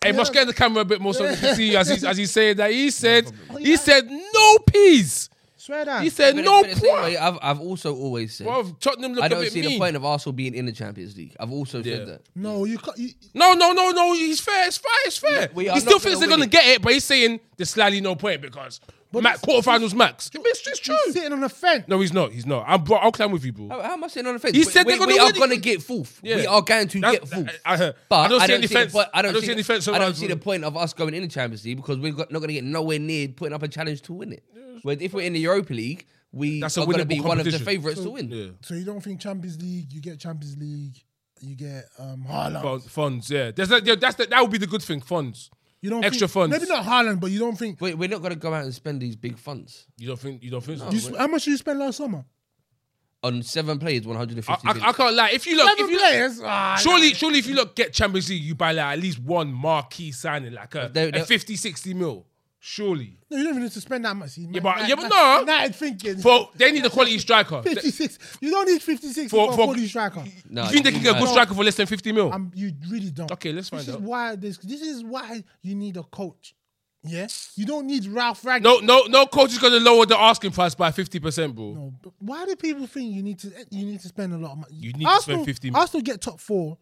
[SPEAKER 2] Hey, must get in the camera a bit more so we can see as he's, as he's saying that. He said, he said no peas.
[SPEAKER 1] Swear down.
[SPEAKER 2] He said
[SPEAKER 3] But-
[SPEAKER 2] no
[SPEAKER 3] but the same
[SPEAKER 2] points.
[SPEAKER 3] way, I've, I've also always said
[SPEAKER 2] Bro, Tottenham look
[SPEAKER 3] I
[SPEAKER 2] a
[SPEAKER 3] don't
[SPEAKER 2] bit
[SPEAKER 3] see the
[SPEAKER 2] mean.
[SPEAKER 3] point of Arsenal being in the Champions League. I've also
[SPEAKER 2] Yeah.
[SPEAKER 3] said that.
[SPEAKER 1] No, you can't... You,
[SPEAKER 2] No, no, no, no. He's fair. It's fair. It's fair.
[SPEAKER 3] We are
[SPEAKER 2] he still
[SPEAKER 3] not
[SPEAKER 2] thinks
[SPEAKER 3] gonna
[SPEAKER 2] they're
[SPEAKER 3] win
[SPEAKER 2] going to
[SPEAKER 3] it.
[SPEAKER 2] get it, but he's saying there's slightly no point because Ma- quarterfinals max. It's, it's true.
[SPEAKER 1] He's sitting on the fence.
[SPEAKER 2] No, he's not. He's not. I'm, bro, I'll climb with you, bro.
[SPEAKER 3] How, how am I sitting on the fence?
[SPEAKER 2] He
[SPEAKER 3] We-
[SPEAKER 2] said
[SPEAKER 3] we,
[SPEAKER 2] they're gonna
[SPEAKER 3] we are
[SPEAKER 2] win it.
[SPEAKER 3] going to get fourth.
[SPEAKER 2] Yeah.
[SPEAKER 3] We are going to
[SPEAKER 2] That's-
[SPEAKER 3] get fourth.
[SPEAKER 2] I- I heard.
[SPEAKER 3] but
[SPEAKER 2] I don't see any
[SPEAKER 3] the
[SPEAKER 2] fence.
[SPEAKER 3] point- I don't, see,
[SPEAKER 2] any fence.
[SPEAKER 3] I don't see the
[SPEAKER 2] sometimes.
[SPEAKER 3] point of us going in the Champions League because we're got- not going to get nowhere near putting up a challenge to win it. But if we're in the Europa League, we
[SPEAKER 2] That's a
[SPEAKER 3] are going to
[SPEAKER 2] winnable
[SPEAKER 3] be one of the
[SPEAKER 2] competition.
[SPEAKER 3] favourites to win.
[SPEAKER 2] Yeah.
[SPEAKER 1] So you don't think Champions League? You get Champions League. You get um Haaland.
[SPEAKER 2] Fun- funds, yeah. There's that, yeah, that's the, that would be the good thing, funds.
[SPEAKER 1] you don't
[SPEAKER 2] extra
[SPEAKER 1] think,
[SPEAKER 2] funds.
[SPEAKER 1] Maybe not Haaland, but you don't think.
[SPEAKER 3] We- We're not going to go out and spend these big funds
[SPEAKER 2] You don't think you don't think so?
[SPEAKER 1] You, sp- how much did you spend last summer?
[SPEAKER 3] on seven players, one hundred and
[SPEAKER 2] I,
[SPEAKER 3] fifty.
[SPEAKER 2] I, I can't lie. If you look, if
[SPEAKER 1] Seven
[SPEAKER 2] you look,
[SPEAKER 1] players. Ah,
[SPEAKER 2] surely, surely, if you look, get Champions League, you buy like at least one marquee signing, like a,
[SPEAKER 3] They- they-
[SPEAKER 2] a 50, 60 mil. Surely,
[SPEAKER 1] No, you don't even need to spend that much. Yeah,
[SPEAKER 2] but- yeah, but no.
[SPEAKER 1] United thinking.
[SPEAKER 2] for they need a quality striker. They-
[SPEAKER 1] 56. You don't need 56
[SPEAKER 2] For-
[SPEAKER 1] for, for,
[SPEAKER 2] for-
[SPEAKER 1] a quality striker.
[SPEAKER 3] No,
[SPEAKER 2] you think they
[SPEAKER 3] you
[SPEAKER 2] can get a
[SPEAKER 3] can't.
[SPEAKER 2] good striker for less than fifty mil?
[SPEAKER 1] Um, you really don't.
[SPEAKER 2] Okay, let's
[SPEAKER 1] This
[SPEAKER 2] find
[SPEAKER 1] is
[SPEAKER 2] out.
[SPEAKER 1] why this. This is why you need a coach. Yes, you don't need Ralph Ragnick.
[SPEAKER 2] no, no, no. Coach is going to lower the asking price by fifty percent, bro.
[SPEAKER 1] No, but why do people think you need to eh, you need to spend a lot of money?
[SPEAKER 2] You need to
[SPEAKER 1] Arsenal,
[SPEAKER 2] spend 50 mil.
[SPEAKER 1] Arsenal get top four.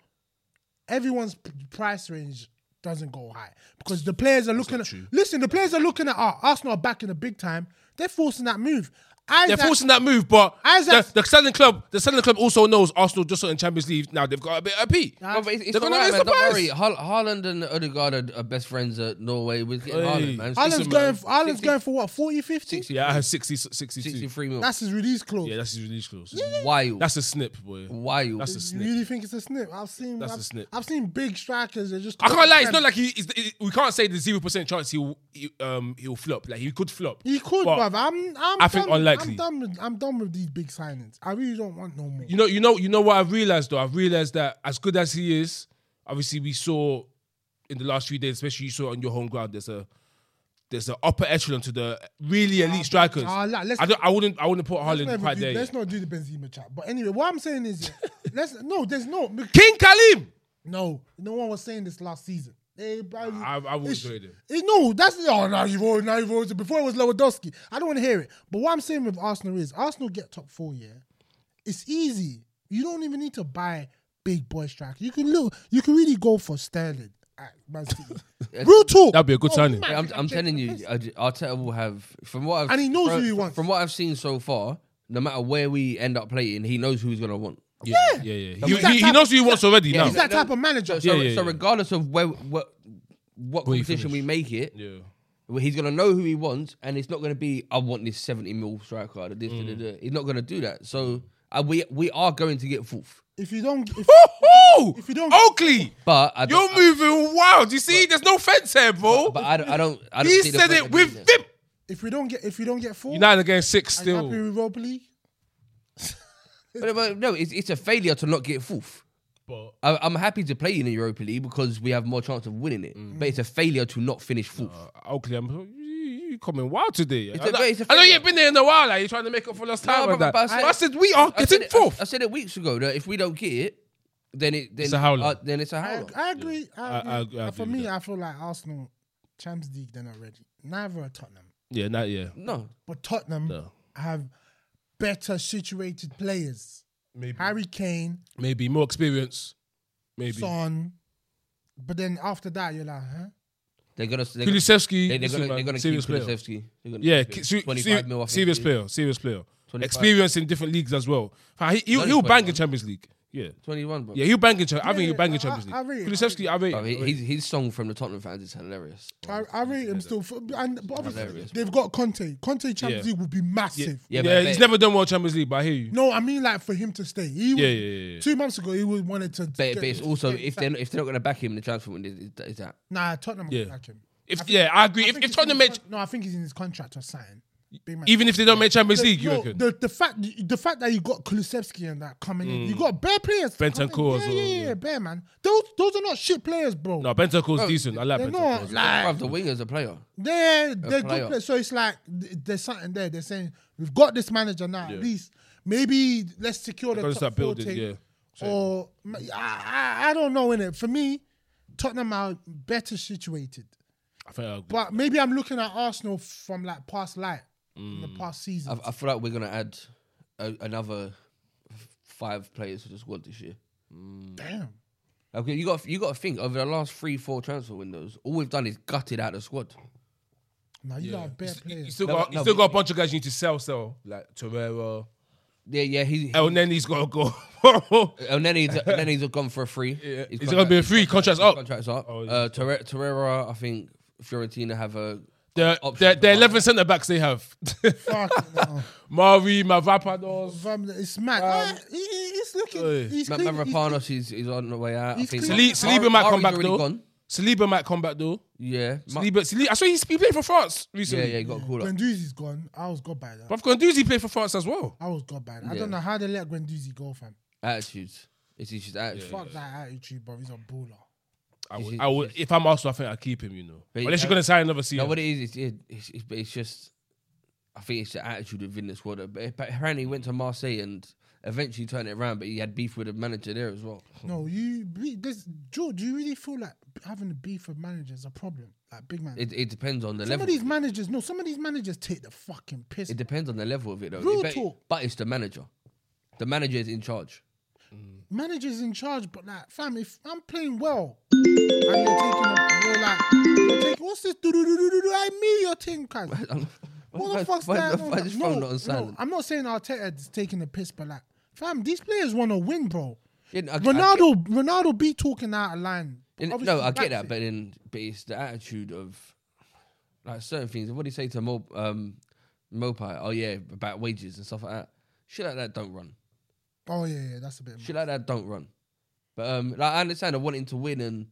[SPEAKER 1] Everyone's p- price range doesn't go high because the players are looking. At,
[SPEAKER 2] true.
[SPEAKER 1] listen, the players are looking at oh, Arsenal are back in the big time. They're forcing that move. Isaac,
[SPEAKER 2] They're forcing that move, but
[SPEAKER 1] Isaac-
[SPEAKER 2] the, the selling club, the selling club also knows Arsenal just not in Champions League now. They've got a bit of pee.
[SPEAKER 3] No, but it's, it's
[SPEAKER 2] They're
[SPEAKER 3] all
[SPEAKER 2] gonna
[SPEAKER 3] right,
[SPEAKER 2] miss
[SPEAKER 3] man.
[SPEAKER 2] the
[SPEAKER 3] Don't
[SPEAKER 2] pass.
[SPEAKER 3] worry. Har- Haaland and Odegaard are, are best friends at Norway. We're getting
[SPEAKER 2] Hey.
[SPEAKER 3] Haaland, man.
[SPEAKER 2] Haaland-
[SPEAKER 1] Ireland's
[SPEAKER 2] Listen,
[SPEAKER 1] going.
[SPEAKER 2] man.
[SPEAKER 1] Ireland's going for what 40, 50?
[SPEAKER 3] 60,
[SPEAKER 2] Yeah, I have 60, 62.
[SPEAKER 3] 63 mil.
[SPEAKER 1] That's his release clause.
[SPEAKER 2] Yeah, that's his release clause.
[SPEAKER 3] wild.
[SPEAKER 2] That's a snip, boy.
[SPEAKER 3] wild.
[SPEAKER 2] That's a
[SPEAKER 1] you
[SPEAKER 2] snip.
[SPEAKER 1] really think it's a snip? I've seen.
[SPEAKER 2] That's
[SPEAKER 1] I've,
[SPEAKER 2] a snip.
[SPEAKER 1] I've seen big strikers. They're just.
[SPEAKER 2] I can't lie. It's not like he. It's, it, we can't say the zero percent chance he'll he, um he'll flop. Like he could flop.
[SPEAKER 1] He could,
[SPEAKER 2] But
[SPEAKER 1] bruv. I'm, I'm
[SPEAKER 2] I think
[SPEAKER 1] done,
[SPEAKER 2] unlikely.
[SPEAKER 1] I'm done, with, I'm done with these big signings. I really don't want no more.
[SPEAKER 2] You know, you know, you know what I've realized though. I've realized that as good as he is, obviously we saw in the last few days, especially you saw on your home ground. There's a there's an upper echelon to the really elite strikers.
[SPEAKER 1] ah, la- let's-
[SPEAKER 2] I, don't, I wouldn't. I wouldn't put
[SPEAKER 1] let's, not
[SPEAKER 2] Haaland
[SPEAKER 1] even
[SPEAKER 2] quite
[SPEAKER 1] do,
[SPEAKER 2] there.
[SPEAKER 1] let's
[SPEAKER 2] yet.
[SPEAKER 1] not do the Benzema chat. But anyway, what I'm saying is, let's no, there's no,
[SPEAKER 2] King Kalim.
[SPEAKER 1] no, no one was saying this last season. They,
[SPEAKER 2] I, I would
[SPEAKER 1] it's-
[SPEAKER 2] enjoy it.
[SPEAKER 1] it- no, that's oh now you've already now you've already before it was Lewandowski. I don't want to hear it. But what I'm saying with Arsenal is Arsenal get top four, yeah. It's easy. You don't even need to buy big boy strikers. You can look you can really go for Sterling at Man City. Real talk. Oh,
[SPEAKER 2] That'd be a good signing.
[SPEAKER 1] man,
[SPEAKER 3] Yeah, I'm, I'm
[SPEAKER 1] James
[SPEAKER 3] telling you,
[SPEAKER 1] Madison.
[SPEAKER 3] I ju- Arteta will have from what I've
[SPEAKER 1] And he knows
[SPEAKER 3] from,
[SPEAKER 1] who he wants.
[SPEAKER 3] From what I've seen so far, no matter where we end up playing, he knows who he's gonna want.
[SPEAKER 2] Yeah, yeah, yeah. He,
[SPEAKER 1] He's that
[SPEAKER 2] he, he
[SPEAKER 1] type-
[SPEAKER 2] knows who he wants already
[SPEAKER 3] Yeah,
[SPEAKER 2] now.
[SPEAKER 1] He's that
[SPEAKER 3] No,
[SPEAKER 1] type of manager.
[SPEAKER 3] So,
[SPEAKER 2] yeah,
[SPEAKER 3] so
[SPEAKER 2] yeah.
[SPEAKER 3] regardless of where what what
[SPEAKER 2] Where you
[SPEAKER 3] competition we
[SPEAKER 2] finish.
[SPEAKER 3] make it,
[SPEAKER 2] Yeah.
[SPEAKER 3] well, he's gonna know who he wants, and it's not gonna be I want this 70 mil striker. This,
[SPEAKER 2] Mm.
[SPEAKER 3] da, da, da." He's not gonna do that. So uh, we we are going to get fourth,
[SPEAKER 1] If you don't if,
[SPEAKER 2] Woohoo!
[SPEAKER 1] If you don't-
[SPEAKER 2] Oakley,
[SPEAKER 3] but I
[SPEAKER 2] you're
[SPEAKER 3] don't, I,
[SPEAKER 2] moving wild. You see, there's no fence here, bro.
[SPEAKER 3] but I don't I don't. I don't
[SPEAKER 2] he
[SPEAKER 3] see the
[SPEAKER 2] said
[SPEAKER 3] point
[SPEAKER 2] it
[SPEAKER 3] of
[SPEAKER 2] with
[SPEAKER 3] doing that.
[SPEAKER 2] vim.
[SPEAKER 1] if we don't get if you don't get four,
[SPEAKER 2] United against six
[SPEAKER 1] are you
[SPEAKER 2] still.
[SPEAKER 1] happy with Europa League?
[SPEAKER 3] But, but no, it's, it's a failure to not get fourth.
[SPEAKER 2] But
[SPEAKER 3] I, I'm happy to play in the Europa League because we have more chance of winning it. But it's a failure to not finish fourth.
[SPEAKER 2] Uh, Oakley, I'm, you, you coming wild today.
[SPEAKER 3] It's
[SPEAKER 2] I
[SPEAKER 3] a-
[SPEAKER 2] know-
[SPEAKER 3] it's a
[SPEAKER 2] I know
[SPEAKER 3] failure.
[SPEAKER 2] you ain't been there in a while. Like, you're trying to make up for lost time.
[SPEAKER 3] but-
[SPEAKER 2] and that.
[SPEAKER 3] but I
[SPEAKER 2] But
[SPEAKER 3] said-
[SPEAKER 2] I said we are
[SPEAKER 3] I said
[SPEAKER 2] getting
[SPEAKER 3] it- I,
[SPEAKER 2] fourth.
[SPEAKER 3] I said it weeks ago that if we don't get it, then it then
[SPEAKER 2] It's a howler.
[SPEAKER 3] uh, then it's a
[SPEAKER 1] I,
[SPEAKER 3] howler.
[SPEAKER 1] I agree. I
[SPEAKER 2] I-
[SPEAKER 1] agree.
[SPEAKER 2] I agree- I
[SPEAKER 1] And for
[SPEAKER 2] agree with
[SPEAKER 1] me, I feel like Arsenal, Champions League, they're not ready. Neither are Tottenham.
[SPEAKER 2] Yeah, not yeah.
[SPEAKER 3] no,
[SPEAKER 1] But Tottenham
[SPEAKER 2] No.
[SPEAKER 1] have better situated players.
[SPEAKER 2] Maybe,
[SPEAKER 1] Harry Kane,
[SPEAKER 2] maybe more experience. Maybe
[SPEAKER 1] Son. But then after that, you're like, huh?
[SPEAKER 3] they're gonna they're gonna,
[SPEAKER 2] Kulusevski.
[SPEAKER 3] they- they're
[SPEAKER 2] listen,
[SPEAKER 3] gonna,
[SPEAKER 2] man,
[SPEAKER 3] they're gonna keep
[SPEAKER 2] serious player.
[SPEAKER 3] Kulusevski. They're gonna
[SPEAKER 2] Yeah,
[SPEAKER 3] keep
[SPEAKER 2] ki-
[SPEAKER 3] him.
[SPEAKER 2] se-
[SPEAKER 3] 25
[SPEAKER 2] se-
[SPEAKER 3] mil, I think
[SPEAKER 2] serious
[SPEAKER 3] it is.
[SPEAKER 2] player, serious player.
[SPEAKER 3] 25.
[SPEAKER 2] Experience in different leagues as well. He,
[SPEAKER 3] No,
[SPEAKER 2] will
[SPEAKER 3] he's
[SPEAKER 2] he'll bang
[SPEAKER 3] 21.
[SPEAKER 2] in Champions League. Yeah,
[SPEAKER 3] Twenty-one, bro.
[SPEAKER 2] yeah, he'll bang in. Cha- I think
[SPEAKER 1] yeah,
[SPEAKER 2] he'll bang
[SPEAKER 1] I-
[SPEAKER 2] in Champions
[SPEAKER 1] I- I
[SPEAKER 2] League.
[SPEAKER 1] rate it, I
[SPEAKER 2] Kulusevski, I rate.
[SPEAKER 3] Bro,
[SPEAKER 2] it.
[SPEAKER 3] Oh, he, his, his song from the Tottenham fans is hilarious.
[SPEAKER 1] I, I rate him still. For, and, but obviously,
[SPEAKER 3] Hilarious.
[SPEAKER 1] they've got Conte. Conte Champions
[SPEAKER 2] Yeah.
[SPEAKER 1] League will be massive.
[SPEAKER 2] Yeah,
[SPEAKER 3] Yeah, but-
[SPEAKER 2] he's
[SPEAKER 3] but-
[SPEAKER 2] never done well Champions League, but I hear you.
[SPEAKER 1] No, I mean like for him to stay. He was,
[SPEAKER 2] Yeah, yeah, yeah, yeah.
[SPEAKER 1] Two months ago, he was wanted to.
[SPEAKER 3] But,
[SPEAKER 1] get-
[SPEAKER 3] but it's also
[SPEAKER 1] get
[SPEAKER 3] if they're not- if they're not gonna back him in the transfer window, is, is that
[SPEAKER 1] nah, Tottenham
[SPEAKER 2] Yeah.
[SPEAKER 1] will back him.
[SPEAKER 2] If
[SPEAKER 1] I think-
[SPEAKER 2] yeah, I agree.
[SPEAKER 1] I
[SPEAKER 2] if
[SPEAKER 1] think
[SPEAKER 2] if
[SPEAKER 1] it's in
[SPEAKER 2] Tottenham
[SPEAKER 1] his
[SPEAKER 2] make,
[SPEAKER 1] con- no, I think he's in his contract or sign.
[SPEAKER 2] even if they don't make Champions League, you
[SPEAKER 1] yo,
[SPEAKER 2] reckon?
[SPEAKER 1] The, the fact the fact that you got Kulusevski and that coming in, you
[SPEAKER 2] Mm.
[SPEAKER 1] got bare players.
[SPEAKER 2] Bentancur
[SPEAKER 1] coming in.
[SPEAKER 2] as
[SPEAKER 1] yeah,
[SPEAKER 2] well,
[SPEAKER 1] yeah, yeah,
[SPEAKER 2] yeah.
[SPEAKER 1] bare man. Those those are not shit players, bro.
[SPEAKER 2] No, Bentancur's decent. I like
[SPEAKER 1] they're not
[SPEAKER 2] Bentancur.
[SPEAKER 1] like
[SPEAKER 3] Bruv, the winger's a player.
[SPEAKER 1] they're they're
[SPEAKER 3] player.
[SPEAKER 1] good players. So it's like th- there's something there. They're saying we've got this manager now. At least maybe let's secure the
[SPEAKER 2] gotta
[SPEAKER 1] top
[SPEAKER 2] start
[SPEAKER 1] four
[SPEAKER 2] building,
[SPEAKER 1] take,
[SPEAKER 2] yeah.
[SPEAKER 1] Or ma- I, I I don't know in it. For me, Tottenham are better situated.
[SPEAKER 2] I think I agree.
[SPEAKER 1] But maybe I'm looking at Arsenal from like past light in
[SPEAKER 2] Mm.
[SPEAKER 1] the past season.
[SPEAKER 3] I, I feel like we're gonna add a, another five players to the squad this year.
[SPEAKER 1] Damn.
[SPEAKER 3] Okay, you got you got to think over the last three, four transfer windows, all we've done is gutted out the squad.
[SPEAKER 1] Now you got a bare player.
[SPEAKER 2] You still
[SPEAKER 3] No,
[SPEAKER 2] got
[SPEAKER 3] no,
[SPEAKER 2] you still
[SPEAKER 3] but-
[SPEAKER 2] got a bunch of guys you need to sell, sell like Torreira.
[SPEAKER 3] Yeah, yeah. He,
[SPEAKER 2] El Nenny's got to go.
[SPEAKER 3] and then he's then he's gone for a free.
[SPEAKER 2] Yeah.
[SPEAKER 3] His
[SPEAKER 2] Is it gonna be a free? Contract's
[SPEAKER 3] his
[SPEAKER 2] up.
[SPEAKER 3] Contract's up.
[SPEAKER 2] Oh, yeah.
[SPEAKER 3] uh, Torre- Torreira, I think Fiorentina have a.
[SPEAKER 2] They're,
[SPEAKER 3] Options
[SPEAKER 2] they're, they're
[SPEAKER 3] to buy.
[SPEAKER 2] 11 centre backs they have.
[SPEAKER 1] Fuck, no.
[SPEAKER 2] Mari, Mavapados.
[SPEAKER 1] Fam, It's mad. Ah, he- he- he's looking.
[SPEAKER 2] Oi.
[SPEAKER 1] He's
[SPEAKER 3] Um, Ma-
[SPEAKER 1] clean- he's-
[SPEAKER 3] Mavropanos is, is on the way out. I
[SPEAKER 1] He's
[SPEAKER 3] think.
[SPEAKER 1] clean.
[SPEAKER 2] Sali- Saliba might
[SPEAKER 3] Ari's
[SPEAKER 2] come back
[SPEAKER 3] already
[SPEAKER 2] though.
[SPEAKER 3] Gone.
[SPEAKER 2] Saliba might come back though.
[SPEAKER 3] Yeah. Ma-
[SPEAKER 2] Saliba, Saliba, I saw he, he played for France
[SPEAKER 3] yeah,
[SPEAKER 2] recently.
[SPEAKER 3] yeah. He got called up.
[SPEAKER 1] Guendouzi's gone. I was got by that.
[SPEAKER 2] But Gunduzi played for France as well.
[SPEAKER 1] I was got by that. I
[SPEAKER 3] Yeah.
[SPEAKER 1] don't know how they let Guendouzi go, fam.
[SPEAKER 3] Attitudes. It's just attitude.
[SPEAKER 1] Fuck that attitude, bro. He's a baller.
[SPEAKER 2] I
[SPEAKER 3] Is
[SPEAKER 2] would,
[SPEAKER 3] it-
[SPEAKER 2] I would, if I'm Arsenal, I think I'd keep him, you know.
[SPEAKER 3] But
[SPEAKER 2] Unless
[SPEAKER 3] you-
[SPEAKER 2] you're going to sign another season.
[SPEAKER 3] No, what it is, it's, it, it's, it's, but it's just, I think it's the attitude within the squad. But but apparently, he went to Marseille and eventually turned it around, but he had beef with the manager there as well.
[SPEAKER 1] No, you. re- This, Joe, do you really feel like having a beef with managers is a problem? Like big man.
[SPEAKER 3] It, it depends on the
[SPEAKER 1] some
[SPEAKER 3] level.
[SPEAKER 1] of these managers, no, some of these managers take the fucking piss.
[SPEAKER 3] It depends on the level of it, though.
[SPEAKER 1] Real
[SPEAKER 3] It bet-
[SPEAKER 1] talk.
[SPEAKER 3] But it's the manager. The manager is in charge.
[SPEAKER 1] managers in charge, but like, fam, if I'm playing well and you're taking a, you're like, you're taking, what's this? Do do do do do do. I mean your thing, cuz.
[SPEAKER 3] what
[SPEAKER 1] What the fuck's
[SPEAKER 3] why,
[SPEAKER 1] that?
[SPEAKER 3] Why, why is your
[SPEAKER 1] no,
[SPEAKER 3] phone not on
[SPEAKER 1] no,
[SPEAKER 3] silent?
[SPEAKER 1] I'm not saying Arteta is taking the piss, but like, fam, these players want to win, bro.
[SPEAKER 3] Yeah, I- I-
[SPEAKER 1] Ronaldo, Ronaldo be talking out of line.
[SPEAKER 3] I-
[SPEAKER 1] Obviously,
[SPEAKER 3] no, I
[SPEAKER 1] that's
[SPEAKER 3] get that,
[SPEAKER 1] it.
[SPEAKER 3] but then but it's the attitude of like certain things. What do you say to Mo um, Mopai? Oh yeah, about wages and stuff like that. Shit like that don't run.
[SPEAKER 1] oh yeah, yeah, that's a bit.
[SPEAKER 3] Shit like that don't run. But um, like I understand, I wanting to win and.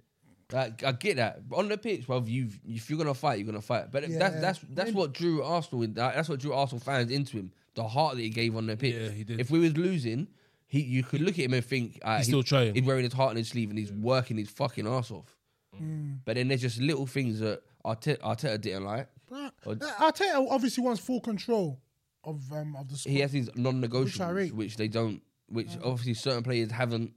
[SPEAKER 3] Like, I get that. But on the pitch, well, you if you're gonna fight, you're gonna fight. But
[SPEAKER 1] Yeah,
[SPEAKER 3] that's that's that's what drew Arsenal. In, that- that's what drew Arsenal fans into him. The heart that he gave on the pitch.
[SPEAKER 2] Yeah, he did.
[SPEAKER 3] If we was losing, he you could look at him and think uh,
[SPEAKER 2] He's still trying.
[SPEAKER 3] He's wearing his heart on his sleeve and he's working his fucking ass off.
[SPEAKER 1] Mm.
[SPEAKER 3] But then there's just little things that Arteta, Arteta didn't like.
[SPEAKER 1] But,
[SPEAKER 3] Or-
[SPEAKER 1] uh, Arteta obviously wants full control of um of the squad.
[SPEAKER 3] He has his
[SPEAKER 1] Which I
[SPEAKER 3] non-negotiables,
[SPEAKER 1] rate. Uh-huh.
[SPEAKER 3] which, they don't, which obviously certain players haven't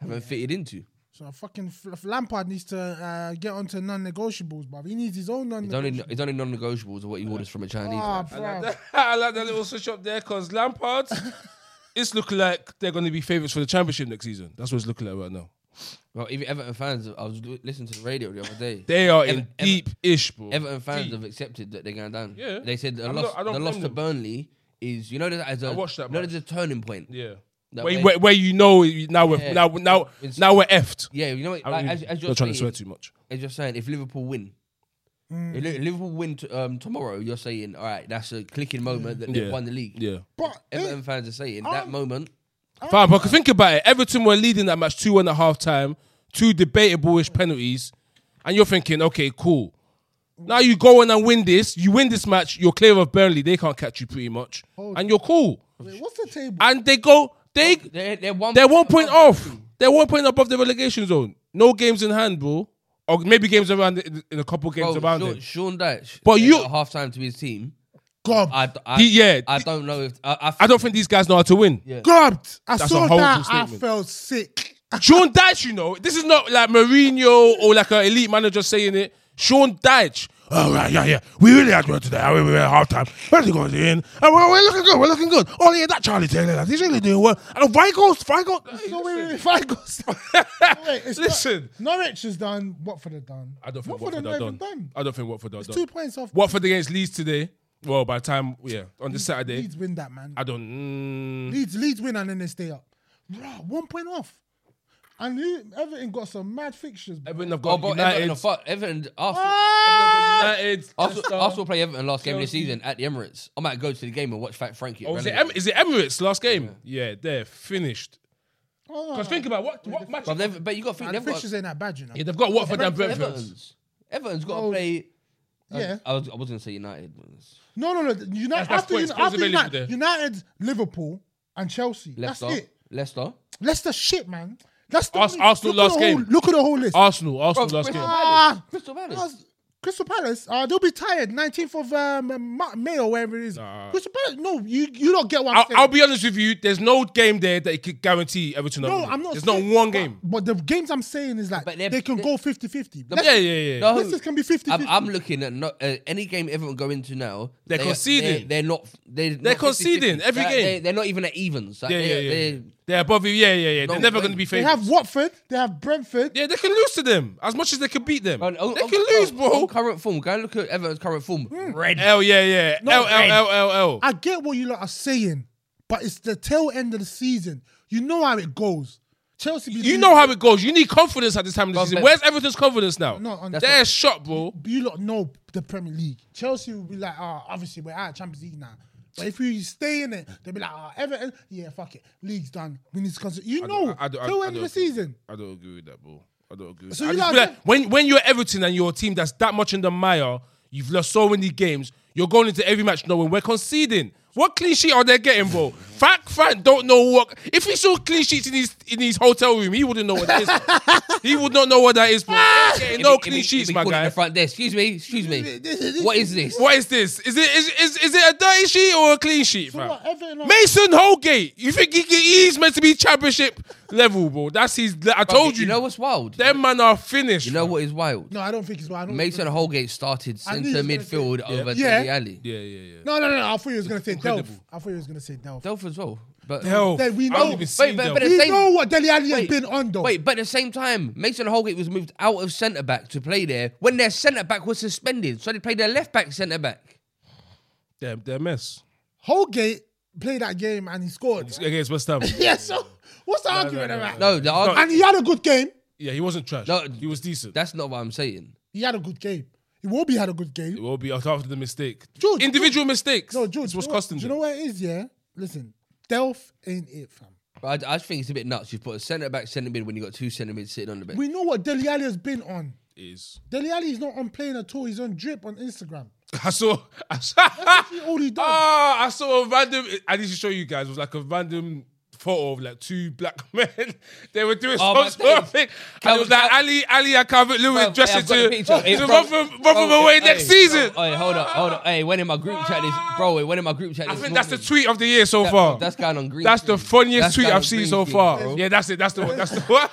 [SPEAKER 3] haven't fitted into.
[SPEAKER 1] So fucking F- F- Lampard needs to uh, get onto non-negotiables, bruv. He needs his own
[SPEAKER 3] It's only
[SPEAKER 1] non-negotiables.
[SPEAKER 3] it's only non-negotiables are what he orders from a Chinese.
[SPEAKER 1] Ah,
[SPEAKER 3] man.
[SPEAKER 1] bruv.
[SPEAKER 2] I like that little switch up there because Lampard, it's looking like they're going to be favourites for the championship next season. That's what it's looking like right now.
[SPEAKER 3] Well, even Everton fans, I was li- listening to the radio the other day.
[SPEAKER 2] They are in
[SPEAKER 3] Ever- Ever-
[SPEAKER 2] deep ish, bro.
[SPEAKER 3] Everton fans
[SPEAKER 2] Deep.
[SPEAKER 3] have accepted that they're going down.
[SPEAKER 2] Yeah.
[SPEAKER 3] They said the
[SPEAKER 2] I'm
[SPEAKER 3] loss,
[SPEAKER 2] not- I don't
[SPEAKER 3] the loss
[SPEAKER 2] blame
[SPEAKER 3] to
[SPEAKER 2] them.
[SPEAKER 3] Burnley is, you know, that as a,
[SPEAKER 2] I watched that
[SPEAKER 3] you know,
[SPEAKER 2] match.
[SPEAKER 3] there's a turning point.
[SPEAKER 2] Yeah.
[SPEAKER 3] That
[SPEAKER 2] Where,
[SPEAKER 3] way-
[SPEAKER 2] where, where you know you- now we're
[SPEAKER 3] Yeah.
[SPEAKER 2] now now
[SPEAKER 3] It's-
[SPEAKER 2] now we're effed.
[SPEAKER 3] Yeah, you know, what,
[SPEAKER 2] I
[SPEAKER 3] like,
[SPEAKER 2] mean,
[SPEAKER 3] as, as, you're
[SPEAKER 2] not trying to swear
[SPEAKER 3] saying,
[SPEAKER 2] too much.
[SPEAKER 3] as you're saying, if Liverpool win, if Li- Liverpool win t- um, tomorrow, you're saying, all right, that's a clicking moment that they've
[SPEAKER 2] Yeah.
[SPEAKER 3] won the league.
[SPEAKER 2] Yeah.
[SPEAKER 1] But
[SPEAKER 3] Everton
[SPEAKER 1] eh,
[SPEAKER 3] fans are saying that
[SPEAKER 1] I'm-
[SPEAKER 3] moment. Oh.
[SPEAKER 2] Fine, but think about it. Everton were leading that match two and a half time, two debatable-ish penalties, and you're thinking, okay, cool. Now you go in and win this. You win this match. You're clear of Burnley. They can't catch you pretty much, and you're cool.
[SPEAKER 1] wait, what's the table?
[SPEAKER 2] And they go. They
[SPEAKER 3] They're, they're one.
[SPEAKER 2] they're one point off. They're one point above the relegation zone. No games in hand, bro. Or maybe games around in in a couple games
[SPEAKER 3] Bro,
[SPEAKER 2] around
[SPEAKER 3] Sean,
[SPEAKER 2] it.
[SPEAKER 3] Sean Dyche.
[SPEAKER 2] But you-
[SPEAKER 3] half time to his team.
[SPEAKER 1] God,
[SPEAKER 3] I, d- I-
[SPEAKER 2] He- yeah,
[SPEAKER 3] I
[SPEAKER 2] he-
[SPEAKER 3] don't know if I, I,
[SPEAKER 2] I don't think these guys know how to win.
[SPEAKER 3] Yeah.
[SPEAKER 1] God, I
[SPEAKER 2] That's
[SPEAKER 1] saw
[SPEAKER 2] a horrible
[SPEAKER 1] that. I
[SPEAKER 2] statement.
[SPEAKER 1] felt sick.
[SPEAKER 2] Sean Dyche, you know, this is not like Mourinho or like an elite manager saying it. Sean Dyche. Oh, right, yeah, yeah. We really had work today. We were at half time. Everything goes in. And we're, we're looking good. We're looking good. Oh, yeah, that Charlie Taylor, lad, he's really doing well. And Vigos, Vigos.
[SPEAKER 1] No, wait, wait, wait. Five goals. wait, it's
[SPEAKER 2] Listen.
[SPEAKER 1] Not, Norwich is done. Watford are done.
[SPEAKER 2] I don't think
[SPEAKER 1] Watford
[SPEAKER 2] Watford
[SPEAKER 1] not
[SPEAKER 2] are
[SPEAKER 1] even
[SPEAKER 2] done. I don't think Watford are
[SPEAKER 1] Two
[SPEAKER 2] done.
[SPEAKER 1] points off.
[SPEAKER 2] Watford against Leeds today. Well, by the time, yeah, on this Saturday.
[SPEAKER 1] Leeds win that man.
[SPEAKER 2] I don't. Mm,
[SPEAKER 1] Leeds, Leeds win and then they stay up. Bruh, one point off. And who- Everton got some mad fixtures. bruh.
[SPEAKER 2] Everton have
[SPEAKER 3] Oh,
[SPEAKER 2] got
[SPEAKER 3] but Everton,
[SPEAKER 2] United. Ah!
[SPEAKER 3] are fu- Everton, Arsenal,
[SPEAKER 2] United.
[SPEAKER 3] Arsenal,
[SPEAKER 2] Leicester. Oh,
[SPEAKER 3] Arsenal play Everton last game of the
[SPEAKER 2] uh, Chelsea.
[SPEAKER 3] season at the Emirates. I might go to the game and watch Fat Frankie.
[SPEAKER 2] Oh, is, it
[SPEAKER 3] relegated.
[SPEAKER 2] Em- is it Emirates last game? Yeah, they're finished.
[SPEAKER 1] Oh,
[SPEAKER 2] Because think about what what match
[SPEAKER 3] but, they've- but you got to think
[SPEAKER 1] and the
[SPEAKER 3] they've got
[SPEAKER 1] fixtures ain't that bad, you know.
[SPEAKER 2] Yeah, they've got Watford and
[SPEAKER 3] Brentford,
[SPEAKER 2] Brentford.
[SPEAKER 3] Everton's. Everton's got
[SPEAKER 1] Oh,
[SPEAKER 3] to play. uh,
[SPEAKER 1] yeah.
[SPEAKER 3] I was I was gonna say United. but it's-
[SPEAKER 1] No, no, no. United
[SPEAKER 2] that's
[SPEAKER 1] after,
[SPEAKER 2] points,
[SPEAKER 1] Uni-
[SPEAKER 2] points
[SPEAKER 1] after
[SPEAKER 2] available
[SPEAKER 1] United,
[SPEAKER 2] there.
[SPEAKER 1] United, Liverpool, and Chelsea.
[SPEAKER 3] Leicester,
[SPEAKER 1] That's it.
[SPEAKER 3] Leicester.
[SPEAKER 1] Leicester shit, man. That's the
[SPEAKER 2] Ars-
[SPEAKER 1] only-
[SPEAKER 2] Arsenal
[SPEAKER 1] look at
[SPEAKER 2] last
[SPEAKER 1] the whole-
[SPEAKER 2] game.
[SPEAKER 1] Look at the whole list.
[SPEAKER 2] Arsenal, Arsenal
[SPEAKER 3] Bro,
[SPEAKER 2] last
[SPEAKER 3] Chris-
[SPEAKER 2] game.
[SPEAKER 1] Ah,
[SPEAKER 3] Crystal Palace.
[SPEAKER 1] Palace- Crystal Palace, uh, they'll be tired. 19th of um, Ma- May or wherever it is.
[SPEAKER 2] Nah.
[SPEAKER 1] Crystal Palace, no, you you don't get one.
[SPEAKER 2] I'll, I'll be honest with you. There's no game there that you could guarantee Everton. are
[SPEAKER 1] No,
[SPEAKER 2] winning.
[SPEAKER 1] I'm not.
[SPEAKER 2] There's
[SPEAKER 1] saying-
[SPEAKER 2] not one
[SPEAKER 1] but-
[SPEAKER 2] game.
[SPEAKER 1] But, the games I'm saying is like
[SPEAKER 3] But they're-
[SPEAKER 1] they can
[SPEAKER 3] they-
[SPEAKER 1] go 50 50.
[SPEAKER 2] yeah, yeah, yeah.
[SPEAKER 3] No, oh,
[SPEAKER 1] Leicester can be 50
[SPEAKER 3] I'm, I'm looking at not, uh, any game Everton go into now.
[SPEAKER 2] They're
[SPEAKER 3] they are-
[SPEAKER 2] conceding.
[SPEAKER 3] They're, they're not. They're,
[SPEAKER 2] They're conceding every game.
[SPEAKER 3] They, are not even at evens. Like,
[SPEAKER 2] Yeah,
[SPEAKER 3] they,
[SPEAKER 2] yeah, yeah.
[SPEAKER 3] They're,
[SPEAKER 2] They're above you. Yeah, yeah, yeah. They're
[SPEAKER 3] No,
[SPEAKER 2] never
[SPEAKER 3] wait.
[SPEAKER 2] going to be
[SPEAKER 1] They
[SPEAKER 2] favourites.
[SPEAKER 1] have Watford. They have Brentford.
[SPEAKER 2] yeah, they can lose to them as much as they can beat them.
[SPEAKER 3] On- on-
[SPEAKER 2] they
[SPEAKER 3] on-
[SPEAKER 2] can lose,
[SPEAKER 3] on-
[SPEAKER 2] bro. Hmm.
[SPEAKER 3] on oh, current form. Go and look at Everton's current form. Red.
[SPEAKER 2] L, yeah, yeah. L,
[SPEAKER 3] red.
[SPEAKER 2] L, L, L, L.
[SPEAKER 1] I get what you lot are saying, but it's the tail end of the season. You know how it goes. Chelsea. Be
[SPEAKER 2] You
[SPEAKER 1] losing-
[SPEAKER 2] know how it goes. You need confidence at this time of the
[SPEAKER 3] Well,
[SPEAKER 2] season.
[SPEAKER 3] but-
[SPEAKER 2] Where's Everton's confidence now?
[SPEAKER 1] No, on- That's
[SPEAKER 2] They're shot, bro.
[SPEAKER 1] you lot know the Premier League. Chelsea will be like, ah, obviously we're out of Champions League now. But if we stay in it, they'll be like, ah, Everton, yeah, fuck it, league's done. We need to consider. You know,
[SPEAKER 2] I don't- I
[SPEAKER 1] till
[SPEAKER 2] don't- I
[SPEAKER 1] end of
[SPEAKER 2] don't-
[SPEAKER 1] the season.
[SPEAKER 2] I don't agree with that, bro. I don't agree. With
[SPEAKER 1] So
[SPEAKER 2] that. I
[SPEAKER 1] you
[SPEAKER 2] just
[SPEAKER 1] lot
[SPEAKER 2] feel like
[SPEAKER 1] have-
[SPEAKER 2] when when you're Everton and you're a team that's that much in the mire, you've lost so many games. You're going into every match knowing we're conceding. What clean sheet are they getting, bro? Frank Frank don't know what. If he saw clean sheets in his in his hotel room, he wouldn't know what that is. he would not know what that is, bro.
[SPEAKER 1] Ah!
[SPEAKER 2] They're getting no
[SPEAKER 3] If he-
[SPEAKER 2] clean
[SPEAKER 3] if he- if
[SPEAKER 2] sheets,
[SPEAKER 3] he
[SPEAKER 2] my
[SPEAKER 3] called it
[SPEAKER 2] guy.
[SPEAKER 3] The front desk. Excuse me. Excuse me. What is this?
[SPEAKER 2] What is this? Is it is, is, is it a dirty sheet or a clean sheet, fam?
[SPEAKER 1] what, Everton are-
[SPEAKER 2] Mason Holgate, you think he, he's meant to be championship level, bro? That's his. I told you.
[SPEAKER 3] You know what's wild?
[SPEAKER 2] Them man are finished.
[SPEAKER 3] You know what is wild?
[SPEAKER 1] No, I don't think it's why. I don't
[SPEAKER 3] Mason Holgate started
[SPEAKER 1] I knew
[SPEAKER 3] centre
[SPEAKER 1] he was gonna
[SPEAKER 3] midfield over
[SPEAKER 1] Yeah.
[SPEAKER 3] Dele Alli.
[SPEAKER 2] Yeah, yeah, yeah.
[SPEAKER 1] No, no, no, no. I thought you was gonna say Delph.
[SPEAKER 2] Incredible.
[SPEAKER 1] I thought you was gonna say Delph.
[SPEAKER 3] Delph as well. But
[SPEAKER 2] Hell,
[SPEAKER 1] Then we
[SPEAKER 2] I
[SPEAKER 1] know-
[SPEAKER 2] don't even see
[SPEAKER 3] Wait, but-
[SPEAKER 2] them.
[SPEAKER 3] but
[SPEAKER 1] We
[SPEAKER 3] Same-
[SPEAKER 1] know what Deli Ali has
[SPEAKER 3] Wait,
[SPEAKER 1] been on though.
[SPEAKER 3] Wait, but at the same time, Mason Holgate was moved out of centre back to play there when their centre back was suspended, so they played their left back centre back.
[SPEAKER 2] they're, they're a mess
[SPEAKER 1] Holgate played that game and he scored.
[SPEAKER 2] against West Ham.
[SPEAKER 1] Yeah, so what's the argument
[SPEAKER 2] no, no,
[SPEAKER 1] about?
[SPEAKER 3] No, the arg-
[SPEAKER 1] And he had a good game.
[SPEAKER 2] yeah, he wasn't trash.
[SPEAKER 3] No,
[SPEAKER 2] he was decent.
[SPEAKER 3] that's not what I'm saying.
[SPEAKER 1] He had a good game. He will be had a good
[SPEAKER 2] it
[SPEAKER 1] game.
[SPEAKER 2] will be after the mistake.
[SPEAKER 1] George,
[SPEAKER 2] Individual mistakes.
[SPEAKER 1] No, George,
[SPEAKER 2] It's what's
[SPEAKER 1] you know,
[SPEAKER 2] costing
[SPEAKER 1] do you
[SPEAKER 2] them.
[SPEAKER 1] know where it is? Yeah, listen, Delph ain't it, fam.
[SPEAKER 3] But I, I just think it's a bit nuts. You've put a centre back, centre mid when you got two centre mids sitting on the bench.
[SPEAKER 1] We know what Deli Ali has been on.
[SPEAKER 2] It is.
[SPEAKER 1] Deli Ali is not on playing at all. He's on drip on Instagram.
[SPEAKER 2] I saw. I saw.
[SPEAKER 1] actually all he done.
[SPEAKER 2] Ah, I saw a random. I need to show you guys. It was like a random photo of like two black men. they were doing
[SPEAKER 3] Oh,
[SPEAKER 2] some
[SPEAKER 3] my
[SPEAKER 2] sort of
[SPEAKER 3] days.
[SPEAKER 2] thing. And it was like Ali, Ali, I covered Lewis
[SPEAKER 3] Bruv, hey,
[SPEAKER 2] dressing
[SPEAKER 3] I've got the
[SPEAKER 2] to,
[SPEAKER 3] picture. Hey,
[SPEAKER 2] to
[SPEAKER 3] bro,
[SPEAKER 2] run from, run from
[SPEAKER 3] bro,
[SPEAKER 2] away
[SPEAKER 3] hey,
[SPEAKER 2] next
[SPEAKER 3] bro,
[SPEAKER 2] season.
[SPEAKER 3] Hey, hold up, hold up. Hey, when in my group chat this, bro, it went in my group chat
[SPEAKER 2] I
[SPEAKER 3] this
[SPEAKER 2] think that's the
[SPEAKER 3] morning.
[SPEAKER 2] tweet of the year so
[SPEAKER 3] That-
[SPEAKER 2] far.
[SPEAKER 3] That's going on green.
[SPEAKER 2] That's the
[SPEAKER 3] screen.
[SPEAKER 2] funniest
[SPEAKER 3] That's
[SPEAKER 2] tweet
[SPEAKER 3] going
[SPEAKER 2] I've
[SPEAKER 3] on
[SPEAKER 2] seen
[SPEAKER 3] green
[SPEAKER 2] so
[SPEAKER 3] screen,
[SPEAKER 2] far.
[SPEAKER 3] bro.
[SPEAKER 2] Yeah, that's it. That's the one. That's the one.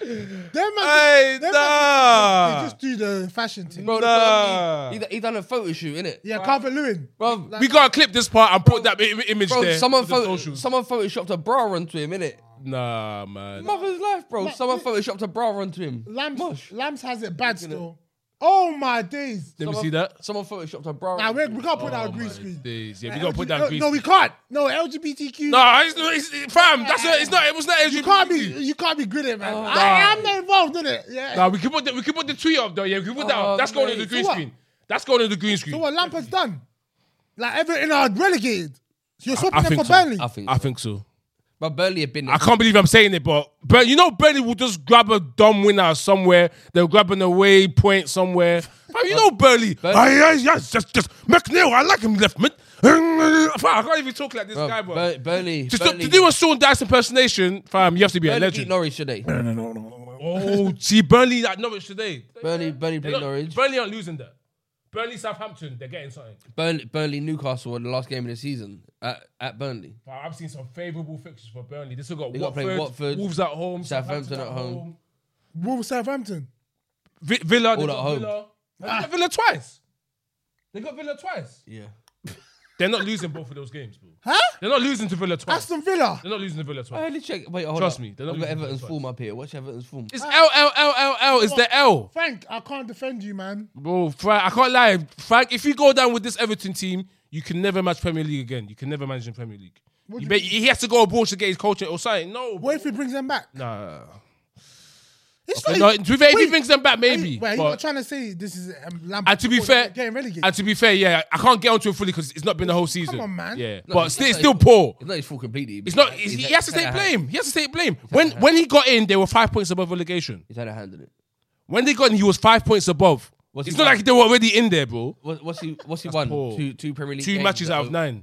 [SPEAKER 1] Them man,
[SPEAKER 2] hey,
[SPEAKER 1] them man-
[SPEAKER 2] nah.
[SPEAKER 1] they just do the fashion thing.
[SPEAKER 3] Bro, the
[SPEAKER 2] Nah.
[SPEAKER 3] he, he done a photo shoot, innit?
[SPEAKER 1] yeah, Calvert Lewin.
[SPEAKER 3] Bro,
[SPEAKER 2] we gotta clip this part and put that im- image
[SPEAKER 3] bro
[SPEAKER 2] there.
[SPEAKER 3] someone,
[SPEAKER 2] for the
[SPEAKER 3] photo,
[SPEAKER 2] socials.
[SPEAKER 3] someone photoshopped a bra onto him, innit?
[SPEAKER 2] nah, man.
[SPEAKER 3] Mother's life, bro. Someone photoshopped a bra onto him.
[SPEAKER 1] Lambs,
[SPEAKER 3] Mush.
[SPEAKER 1] Lambs has it bad still. Oh my days!
[SPEAKER 2] Let me
[SPEAKER 3] Someone-
[SPEAKER 2] see that.
[SPEAKER 3] Someone photoshopped a bra.
[SPEAKER 1] Now
[SPEAKER 3] onto
[SPEAKER 1] we
[SPEAKER 3] him.
[SPEAKER 1] we can't put that on
[SPEAKER 2] Oh My
[SPEAKER 1] green screen.
[SPEAKER 2] days. Yeah, we
[SPEAKER 1] Uh,
[SPEAKER 2] gotta put
[SPEAKER 1] LG
[SPEAKER 2] that green.
[SPEAKER 1] no,
[SPEAKER 2] screen.
[SPEAKER 1] we can't. No LGBTQ.
[SPEAKER 2] Nah, it's, it's, fam, that's a, it's not. It was not.
[SPEAKER 1] you can't be. You can't be good at it, man.
[SPEAKER 2] Oh,
[SPEAKER 1] I am not involved in it. Yeah.
[SPEAKER 2] Nah, we can put the, we can put the tweet up though. Yeah, we can put that
[SPEAKER 3] Oh,
[SPEAKER 2] up. That's going to
[SPEAKER 3] mate.
[SPEAKER 2] the green
[SPEAKER 1] So what?
[SPEAKER 2] screen. That's going to the green screen.
[SPEAKER 1] So what Lampard's done? Like everything are relegated. You're swapping them
[SPEAKER 2] think
[SPEAKER 1] for
[SPEAKER 2] so.
[SPEAKER 1] Burnley.
[SPEAKER 3] I think.
[SPEAKER 2] I think so.
[SPEAKER 3] But Burnley have been.
[SPEAKER 2] I can't believe I'm saying it, but but you know Burnley will just grab a dumb winner somewhere. They'll grab an away point somewhere. Fam,
[SPEAKER 3] Uh,
[SPEAKER 2] you know Burnley. Ah, yeah, yeah, just just McNeil. I like him left mid. Fam, I can't even talk like this
[SPEAKER 3] Bro,
[SPEAKER 2] guy, bro.
[SPEAKER 3] Bur- Burnley.
[SPEAKER 2] to,
[SPEAKER 3] Burnley,
[SPEAKER 2] to do a Sean Dyche impersonation, fam, you have to be a
[SPEAKER 3] Burnley beat
[SPEAKER 2] legend.
[SPEAKER 3] Norwich today.
[SPEAKER 2] Oh, see Burnley at Norwich today.
[SPEAKER 3] Burnley, Burnley beat
[SPEAKER 2] Look,
[SPEAKER 3] Norwich.
[SPEAKER 2] Burnley aren't losing that. Burnley Southampton, they're getting something.
[SPEAKER 3] Burnley, Burnley, Newcastle in the last game of the season at, at Burnley.
[SPEAKER 2] But I've seen some favourable fixtures for Burnley. This has got
[SPEAKER 3] gotta play
[SPEAKER 2] Watford,
[SPEAKER 3] Watford,
[SPEAKER 2] Wolves at home,
[SPEAKER 3] Southampton at home.
[SPEAKER 1] Wolves Southampton.
[SPEAKER 2] Vi- Villa, they
[SPEAKER 3] All
[SPEAKER 2] got
[SPEAKER 3] at home. Ah.
[SPEAKER 2] Villa. They got Villa twice. They got Villa twice.
[SPEAKER 3] Yeah.
[SPEAKER 2] They're not losing both of those games, bro.
[SPEAKER 1] Huh?
[SPEAKER 2] They're not losing to Villa twice.
[SPEAKER 1] Aston Villa.
[SPEAKER 2] They're not losing to Villa twice.
[SPEAKER 3] Barely Oh, check. Wait, hold
[SPEAKER 2] Trust
[SPEAKER 3] up.
[SPEAKER 2] me, they're not
[SPEAKER 3] I've got
[SPEAKER 2] losing
[SPEAKER 3] Everton's
[SPEAKER 2] twice.
[SPEAKER 3] form up here. Watch Everton's form.
[SPEAKER 2] It's L L L L L. It's the L,
[SPEAKER 1] Frank, I can't defend you, man.
[SPEAKER 2] bro. Frank, Oh, I can't lie, Frank. If you go down with this Everton team, you can never match Premier League again. You can never manage in Premier League. You bet, he has to go abroad to get his coaching or something. No,
[SPEAKER 1] What if he brings them back?
[SPEAKER 2] nah.
[SPEAKER 1] It's
[SPEAKER 2] Okay,
[SPEAKER 1] not-
[SPEAKER 2] no, to be fair, if he
[SPEAKER 1] wait,
[SPEAKER 2] brings them back,
[SPEAKER 1] wait,
[SPEAKER 2] maybe.
[SPEAKER 1] Wait,
[SPEAKER 2] but-
[SPEAKER 1] you're not trying to say this is um, Lampard.
[SPEAKER 2] and to be
[SPEAKER 1] before
[SPEAKER 2] fair,
[SPEAKER 1] they're getting relegated.
[SPEAKER 2] and to be fair, yeah, I can't get onto it fully because it's not been the whole season.
[SPEAKER 1] on, man.
[SPEAKER 2] Yeah,
[SPEAKER 3] No,
[SPEAKER 2] but still,
[SPEAKER 3] not
[SPEAKER 2] it's still
[SPEAKER 3] his-
[SPEAKER 2] poor.
[SPEAKER 3] It's not his fault completely.
[SPEAKER 2] It's not. It's, he has to take blame. He has to take blame. When when he got in, they were five points above relegation.
[SPEAKER 3] He's had a hand in it.
[SPEAKER 2] When they got in, he was five points above.
[SPEAKER 3] What's
[SPEAKER 2] it's
[SPEAKER 3] he
[SPEAKER 2] not
[SPEAKER 3] won?
[SPEAKER 2] like they were already in there, bro.
[SPEAKER 3] What, what's he? What's he won?
[SPEAKER 2] poor.
[SPEAKER 3] Two, two Premier League.
[SPEAKER 2] Two
[SPEAKER 3] games
[SPEAKER 2] matches out of
[SPEAKER 3] though.
[SPEAKER 2] nine.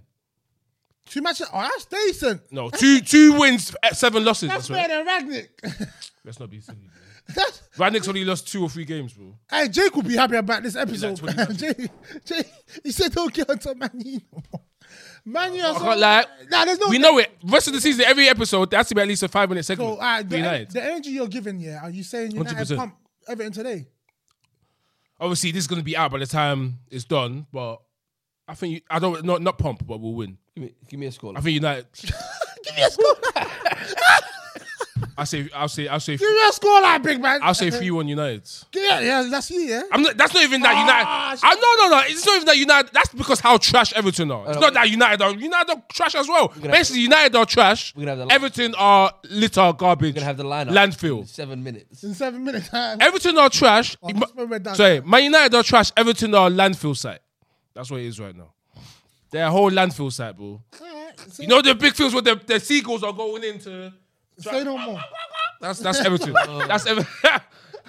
[SPEAKER 1] two matches. Oh, that's decent.
[SPEAKER 2] No, two two wins, eh, seven losses.
[SPEAKER 1] That's
[SPEAKER 2] That's,
[SPEAKER 1] better
[SPEAKER 2] right.
[SPEAKER 1] than Ragnick.
[SPEAKER 2] Let's not be silly. bro.
[SPEAKER 1] That's-
[SPEAKER 2] Radnick's only lost two or three games, bro.
[SPEAKER 1] hey, Jake will be happy about this episode.
[SPEAKER 2] He's like 20,
[SPEAKER 1] Jake, Jake, he said don't get onto Manu. Manu,
[SPEAKER 2] I can't lie.
[SPEAKER 1] Nah, there's no.
[SPEAKER 2] We know it. Rest of the season, every episode, there has to be at least a five minute segment.
[SPEAKER 1] So, uh,
[SPEAKER 2] for
[SPEAKER 1] the,
[SPEAKER 2] United.
[SPEAKER 1] the energy you're giving, yeah, are you saying United
[SPEAKER 2] 100%.
[SPEAKER 1] pump Everton today?
[SPEAKER 2] Obviously, this is going to be out by the time it's done, but I think you, I don't not not pump, but we'll win.
[SPEAKER 3] Give me, give me a score.
[SPEAKER 2] I think United.
[SPEAKER 1] Give me a score.
[SPEAKER 2] I say. I'll say. I'll say.
[SPEAKER 1] Give me a score line, big man.
[SPEAKER 2] I'll say three-one United.
[SPEAKER 1] Yeah, yeah, that's you, yeah.
[SPEAKER 2] I'm not, that's not even that
[SPEAKER 1] Ah,
[SPEAKER 2] United. I, no, no, no. It's not even that United. That's because how trash Everton are. It's
[SPEAKER 3] no,
[SPEAKER 2] not that United are. United are trash as well.
[SPEAKER 3] Uh, gonna have-
[SPEAKER 2] Basically, United are trash.
[SPEAKER 3] We're gonna have the-
[SPEAKER 2] Everton are litter garbage.
[SPEAKER 3] We're gonna have the lineup.
[SPEAKER 2] Landfill.
[SPEAKER 3] Seven minutes.
[SPEAKER 1] In seven minutes. Time.
[SPEAKER 2] Everton are trash.
[SPEAKER 1] Oh, that's when we're done.
[SPEAKER 2] Sorry, Man United are trash. Everton are landfill site. That's what it is right now. They're a whole landfill site, bro.
[SPEAKER 1] Alright, so-
[SPEAKER 2] You know the big fields where the, the seagulls are going into.
[SPEAKER 1] Say no more.
[SPEAKER 2] That's that's Everton.
[SPEAKER 3] Oh.
[SPEAKER 2] that's Everton.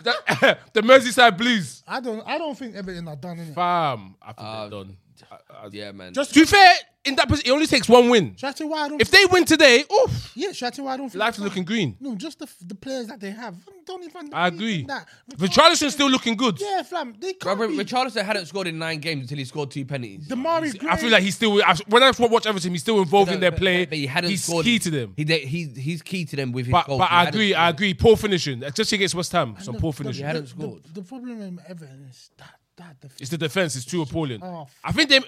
[SPEAKER 2] that, the Merseyside Blues.
[SPEAKER 1] I don't. I don't think Everton are done. Innit?
[SPEAKER 2] Bam. I think
[SPEAKER 3] Ah,
[SPEAKER 2] they're done. Uh,
[SPEAKER 3] Yeah, man.
[SPEAKER 1] Just
[SPEAKER 2] To be fair, in that position, it only takes one win.
[SPEAKER 1] should I tell you why I don't.
[SPEAKER 2] If they win today, oof,
[SPEAKER 1] yeah, should I tell you why I don't. Think
[SPEAKER 2] life's
[SPEAKER 1] they're
[SPEAKER 2] looking green.
[SPEAKER 1] done? No, just the f- the players that they have. Don't even.
[SPEAKER 2] I agree.
[SPEAKER 1] That.
[SPEAKER 2] Richarlison's still looking good.
[SPEAKER 1] Yeah, fam. They can't
[SPEAKER 3] Robert
[SPEAKER 1] be.
[SPEAKER 3] Richarlison hadn't scored in nine games until he scored two penalties.
[SPEAKER 1] Damari Gray.
[SPEAKER 2] I feel like he's still. I- When I watch Everton, he's still involved in their
[SPEAKER 3] But-
[SPEAKER 2] play.
[SPEAKER 3] but he hadn't
[SPEAKER 2] he's
[SPEAKER 3] scored.
[SPEAKER 2] key to them.
[SPEAKER 3] He, de- he he's key to them with his
[SPEAKER 2] But,
[SPEAKER 3] goals.
[SPEAKER 2] but
[SPEAKER 3] He
[SPEAKER 2] I
[SPEAKER 3] hadn't
[SPEAKER 2] agree, I
[SPEAKER 3] scored.
[SPEAKER 2] agree. Poor finishing, especially against West Ham. Some
[SPEAKER 1] The-
[SPEAKER 2] poor
[SPEAKER 1] the-
[SPEAKER 2] finishing.
[SPEAKER 3] hadn't
[SPEAKER 1] the-
[SPEAKER 3] scored.
[SPEAKER 1] The, the problem in Everton is that that the
[SPEAKER 2] It's the defense. It's too appalling.
[SPEAKER 1] Oh, f-
[SPEAKER 2] I think they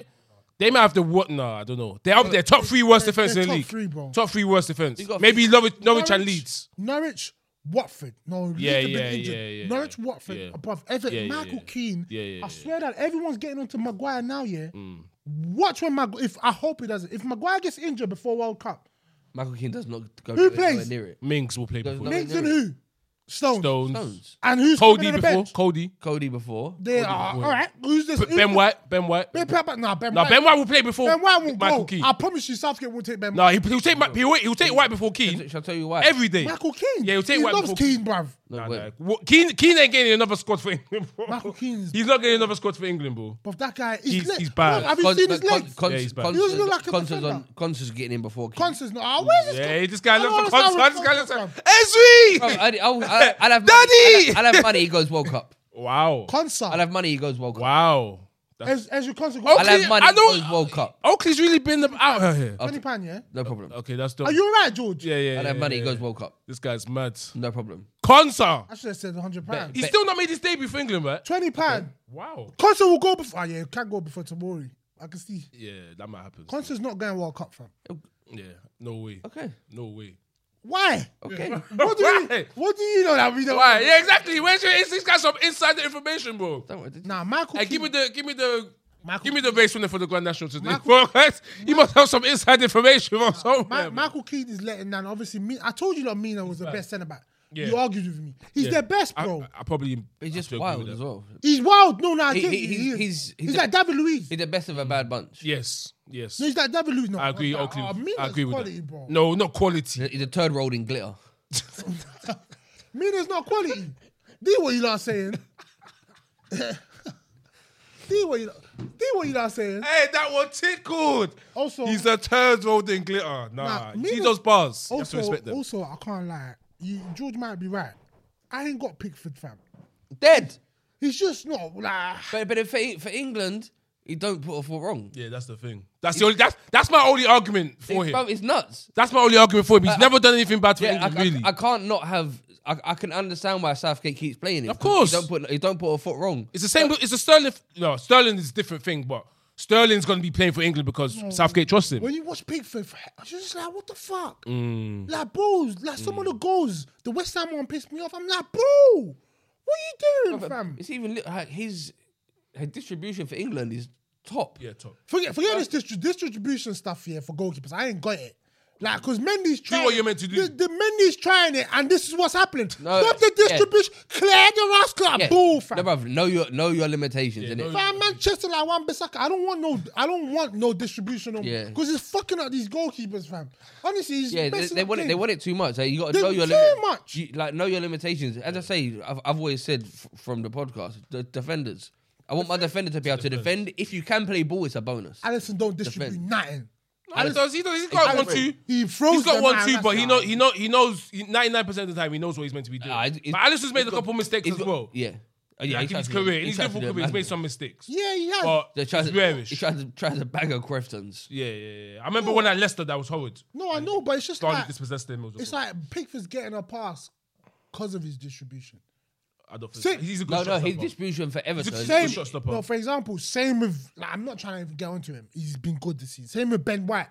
[SPEAKER 2] they might have the what? No, I don't know. They're up there. Top three worst
[SPEAKER 1] They're-
[SPEAKER 2] defense
[SPEAKER 1] they're
[SPEAKER 2] in the
[SPEAKER 1] top
[SPEAKER 2] league.
[SPEAKER 1] three, bro.
[SPEAKER 2] Top three worst defense.
[SPEAKER 3] got-
[SPEAKER 2] Maybe Norwich, Norwich and Leeds.
[SPEAKER 1] Norwich, Watford. No, Leeds
[SPEAKER 2] Yeah,
[SPEAKER 1] have been
[SPEAKER 2] yeah,
[SPEAKER 1] injured.
[SPEAKER 2] yeah, yeah,
[SPEAKER 1] Norwich,
[SPEAKER 2] yeah.
[SPEAKER 1] Watford
[SPEAKER 2] Yeah.
[SPEAKER 1] above Everton.
[SPEAKER 2] Yeah, yeah,
[SPEAKER 1] Michael
[SPEAKER 2] yeah.
[SPEAKER 1] Keane.
[SPEAKER 2] Yeah, yeah,
[SPEAKER 1] I
[SPEAKER 2] yeah. Mm.
[SPEAKER 1] swear that everyone's getting onto Maguire now. Yeah. Watch when Maguire. If I hope he doesn't. If Maguire gets injured before World Cup,
[SPEAKER 3] Michael Keane does not go
[SPEAKER 1] Who
[SPEAKER 3] nowhere
[SPEAKER 1] plays?
[SPEAKER 3] near it.
[SPEAKER 2] Minks will play before
[SPEAKER 3] no-
[SPEAKER 1] Mings and who? Stones.
[SPEAKER 2] Stones.
[SPEAKER 3] Stones.
[SPEAKER 1] And who's coming
[SPEAKER 2] Cody
[SPEAKER 1] on the
[SPEAKER 2] before
[SPEAKER 1] bench?
[SPEAKER 2] Cody.
[SPEAKER 3] Cody before.
[SPEAKER 1] They are all right. Who's this? who's
[SPEAKER 2] Ben
[SPEAKER 1] this-
[SPEAKER 2] White. Ben White.
[SPEAKER 1] Ben, Pe- nah, ben,
[SPEAKER 2] No,
[SPEAKER 1] White.
[SPEAKER 2] Ben White will play before
[SPEAKER 1] Ben White will
[SPEAKER 2] Michael
[SPEAKER 1] go.
[SPEAKER 2] Keane.
[SPEAKER 1] I promise you, Southgate will take Ben.
[SPEAKER 2] No, he, he'll take Ma- he'll, he'll take White before Keane
[SPEAKER 3] Shall I tell you why?
[SPEAKER 2] every day.
[SPEAKER 1] Michael Keane.
[SPEAKER 2] Yeah, he'll take
[SPEAKER 1] he
[SPEAKER 2] White
[SPEAKER 1] loves
[SPEAKER 2] before
[SPEAKER 1] Keane, bruv.
[SPEAKER 3] No,
[SPEAKER 2] Nah,
[SPEAKER 3] wait.
[SPEAKER 2] nah. What- Keane, Keane ain't getting another squad for England. bro.
[SPEAKER 1] Michael Keane's-
[SPEAKER 2] He's not getting another squad for England, bro.
[SPEAKER 1] But that guy,
[SPEAKER 2] He's-
[SPEAKER 1] he's, lit.
[SPEAKER 2] he's bad.
[SPEAKER 1] Bruv, have you
[SPEAKER 3] Con-
[SPEAKER 1] seen
[SPEAKER 3] no,
[SPEAKER 1] his
[SPEAKER 3] Con-
[SPEAKER 1] legs?
[SPEAKER 3] Con-
[SPEAKER 2] Yeah, he's bad.
[SPEAKER 3] Conce's-
[SPEAKER 1] He doesn't look like a
[SPEAKER 3] Conce's on-
[SPEAKER 1] defender.
[SPEAKER 3] Conce's getting in before Keane.
[SPEAKER 1] Constance, no. Oh, where's this? guy?
[SPEAKER 2] Yeah, this guy
[SPEAKER 1] I don't
[SPEAKER 2] looks for
[SPEAKER 1] understand where
[SPEAKER 2] Constance. This guy
[SPEAKER 1] this
[SPEAKER 2] looks
[SPEAKER 1] comes
[SPEAKER 2] for Ezri.
[SPEAKER 3] I'd, I'll, I'll, I'll have
[SPEAKER 2] Daddy!
[SPEAKER 3] Money. I'll, I'll have money. He goes World Cup.
[SPEAKER 2] Wow.
[SPEAKER 1] Consa.
[SPEAKER 3] I'll have money. He goes World Cup.
[SPEAKER 2] Wow. That's-
[SPEAKER 1] As, as your concert.
[SPEAKER 3] I'll have money.
[SPEAKER 2] I
[SPEAKER 3] He
[SPEAKER 2] don't-
[SPEAKER 3] goes World Cup.
[SPEAKER 2] Oakley's really been the- out here.
[SPEAKER 1] Money pan, yeah?
[SPEAKER 3] No problem.
[SPEAKER 2] Oh, Okay, that's the.
[SPEAKER 1] Are you alright, George?
[SPEAKER 2] Yeah, yeah.
[SPEAKER 3] I'll
[SPEAKER 2] yeah,
[SPEAKER 3] have money.
[SPEAKER 2] yeah,
[SPEAKER 3] He goes
[SPEAKER 2] yeah.
[SPEAKER 3] World Cup.
[SPEAKER 2] This guy's mad.
[SPEAKER 3] No problem.
[SPEAKER 2] Consa.
[SPEAKER 1] I should have said 100 pounds.
[SPEAKER 2] He's
[SPEAKER 3] Bet.
[SPEAKER 2] still not made his debut for England, right?
[SPEAKER 1] 20 pounds.
[SPEAKER 2] Wow.
[SPEAKER 1] Concert will go before. Oh, yeah, it can go before tomorrow. I can see.
[SPEAKER 2] Yeah, that might happen.
[SPEAKER 1] Concert's not going World Cup, fam.
[SPEAKER 2] Yeah, no way.
[SPEAKER 3] Okay.
[SPEAKER 2] No way.
[SPEAKER 1] Why?
[SPEAKER 3] Okay.
[SPEAKER 1] What do, you,
[SPEAKER 2] Why?
[SPEAKER 1] what do you know that we don't?
[SPEAKER 2] Why? Yeah, exactly. Where's your, is this guy some insider information, bro?
[SPEAKER 3] Don't worry.
[SPEAKER 1] Nah, Michael.
[SPEAKER 2] Hey, give me
[SPEAKER 1] Keane-
[SPEAKER 2] the give me the
[SPEAKER 1] Michael-
[SPEAKER 2] give me the base winner for the Grand National today.
[SPEAKER 1] Michael-
[SPEAKER 2] guys, you must have some inside information from
[SPEAKER 1] Ma-
[SPEAKER 2] somewhere.
[SPEAKER 1] Michael Keane is letting down. Obviously, me. I told you that Mina was the best centre back.
[SPEAKER 2] Yeah.
[SPEAKER 1] You argued with me. He's
[SPEAKER 2] Yeah.
[SPEAKER 1] their best,
[SPEAKER 2] I-
[SPEAKER 1] bro.
[SPEAKER 2] I, probably.
[SPEAKER 3] He's just
[SPEAKER 2] have to agree with
[SPEAKER 3] wild
[SPEAKER 2] that.
[SPEAKER 3] as well.
[SPEAKER 1] he's wild. No, no, I
[SPEAKER 3] He-
[SPEAKER 1] think he
[SPEAKER 3] he- he's-
[SPEAKER 1] is.
[SPEAKER 3] he's-
[SPEAKER 1] he's
[SPEAKER 3] he's
[SPEAKER 1] like David Luiz.
[SPEAKER 3] He's the best of a
[SPEAKER 2] Mm.
[SPEAKER 3] bad bunch.
[SPEAKER 2] Yes, yes.
[SPEAKER 1] No, he's like David Luiz. No,
[SPEAKER 2] I agree.
[SPEAKER 1] Oh,
[SPEAKER 2] Oakley,
[SPEAKER 1] Mina's
[SPEAKER 2] I agree with
[SPEAKER 1] quality,
[SPEAKER 2] that.
[SPEAKER 1] bro.
[SPEAKER 2] No, not quality.
[SPEAKER 3] He's a third rolled in glitter.
[SPEAKER 1] Mina's not quality. Do what you lot are saying. Do what you lot, do what you lot are saying.
[SPEAKER 2] Hey, that one tickled. uh,
[SPEAKER 1] Also-
[SPEAKER 2] he's a turd rolled in glitter. Nah,
[SPEAKER 1] Nah,
[SPEAKER 2] see
[SPEAKER 1] Mina-
[SPEAKER 2] those bars. you have to
[SPEAKER 1] Also,
[SPEAKER 2] respect them.
[SPEAKER 1] also, I can't lie. You, George might be right. I ain't got Pickford, fam.
[SPEAKER 3] Dead.
[SPEAKER 1] He's just not like.
[SPEAKER 3] But but if for, for England, he don't put a foot wrong.
[SPEAKER 2] yeah, that's the thing. That's the only. That's that's my only argument for him.
[SPEAKER 3] Bro, it's nuts.
[SPEAKER 2] That's my only argument for him. He's
[SPEAKER 3] I-
[SPEAKER 2] never done anything bad for
[SPEAKER 3] Uh, Yeah,
[SPEAKER 2] England,
[SPEAKER 3] I, I-
[SPEAKER 2] really.
[SPEAKER 3] I, can't not have. I, I can understand why Southgate keeps playing him.
[SPEAKER 2] Of course.
[SPEAKER 3] he don't put he don't put a foot wrong.
[SPEAKER 2] It's the same. with- It's a Sterling. No, Sterling is a different thing, but Sterling's going to be playing for England because Southgate trusts him.
[SPEAKER 1] When you watch Pickford, I was just like, what the fuck?
[SPEAKER 2] Mm.
[SPEAKER 1] Like, bros, like some of the goals, the West Ham one pissed me off. I'm like, bro, what are you doing, fam?
[SPEAKER 3] It's even li- like his his distribution for England is top.
[SPEAKER 2] yeah, top.
[SPEAKER 1] Forget, forget this distri- this distribution stuff here for goalkeepers. I ain't got it. Like, cause Mendy's trying.
[SPEAKER 2] what you're meant to do.
[SPEAKER 1] The, the Mendy's trying it, and this is what's happening.
[SPEAKER 3] No,
[SPEAKER 1] Stop the
[SPEAKER 3] yeah.
[SPEAKER 1] distribution. Clear the rascal.
[SPEAKER 3] Yeah.
[SPEAKER 1] Ball, fam.
[SPEAKER 3] No, bruv, know your know your limitations.
[SPEAKER 2] Yeah, know-
[SPEAKER 3] innit?
[SPEAKER 1] Fam, Manchester like one Bissaka. I don't want no. I don't want no distribution. On,
[SPEAKER 3] Yeah.
[SPEAKER 1] Because it's fucking up these goalkeepers, fam. Honestly, he's
[SPEAKER 3] yeah, they,
[SPEAKER 1] messing
[SPEAKER 3] they
[SPEAKER 1] up
[SPEAKER 3] want it. They
[SPEAKER 1] games.
[SPEAKER 3] want it too much. Like, you got
[SPEAKER 1] They-
[SPEAKER 3] to know your
[SPEAKER 1] too
[SPEAKER 3] limit-
[SPEAKER 1] much.
[SPEAKER 3] You, like know your limitations. As I say, I've, I've always said f- from the podcast, the defenders. I want my defender to be able to defend. If you can play ball, it's a bonus.
[SPEAKER 1] Allison don't distribute
[SPEAKER 3] Defend.
[SPEAKER 1] nothing.
[SPEAKER 2] And he does. He does. He's got one two.
[SPEAKER 1] He froze.
[SPEAKER 2] He's got
[SPEAKER 1] them
[SPEAKER 2] one
[SPEAKER 1] out,
[SPEAKER 2] two,
[SPEAKER 1] that's
[SPEAKER 2] but he know
[SPEAKER 1] not-
[SPEAKER 2] he know he knows ninety nine percent of the time he knows what he's meant to be doing.
[SPEAKER 3] Ah, it- it-
[SPEAKER 2] but Alisson's made
[SPEAKER 3] he's
[SPEAKER 2] a
[SPEAKER 3] got-
[SPEAKER 2] couple mistakes
[SPEAKER 3] he's
[SPEAKER 2] as
[SPEAKER 3] got-
[SPEAKER 2] well.
[SPEAKER 3] Yeah. Oh, yeah,
[SPEAKER 2] like
[SPEAKER 3] he
[SPEAKER 2] in his
[SPEAKER 3] tried to do-
[SPEAKER 2] career, in
[SPEAKER 3] he
[SPEAKER 2] his
[SPEAKER 3] tried to
[SPEAKER 2] Liverpool
[SPEAKER 3] do it
[SPEAKER 2] career, he's made
[SPEAKER 3] manually.
[SPEAKER 2] some mistakes.
[SPEAKER 1] Yeah, he has.
[SPEAKER 2] but
[SPEAKER 3] They tried
[SPEAKER 2] it's
[SPEAKER 3] to,
[SPEAKER 2] rarish.
[SPEAKER 3] He tried to try to bag a Creftons.
[SPEAKER 2] Yeah, yeah, yeah. I remember when I Leicester, that was horrid.
[SPEAKER 1] no, I know, but it's just
[SPEAKER 2] Started
[SPEAKER 1] like
[SPEAKER 2] dispossessed him. It was
[SPEAKER 1] it's like Pickford's getting a pass because of his distribution.
[SPEAKER 2] I don't think
[SPEAKER 1] Same-
[SPEAKER 2] he's a good
[SPEAKER 3] No, no,
[SPEAKER 2] shot
[SPEAKER 3] his
[SPEAKER 2] stopper.
[SPEAKER 3] distribution for Everton.
[SPEAKER 2] He's a
[SPEAKER 1] Same.
[SPEAKER 2] good shot stopper.
[SPEAKER 1] No, for example, same with. Like, I'm not trying to get onto him. He's been good this season. Same with Ben White.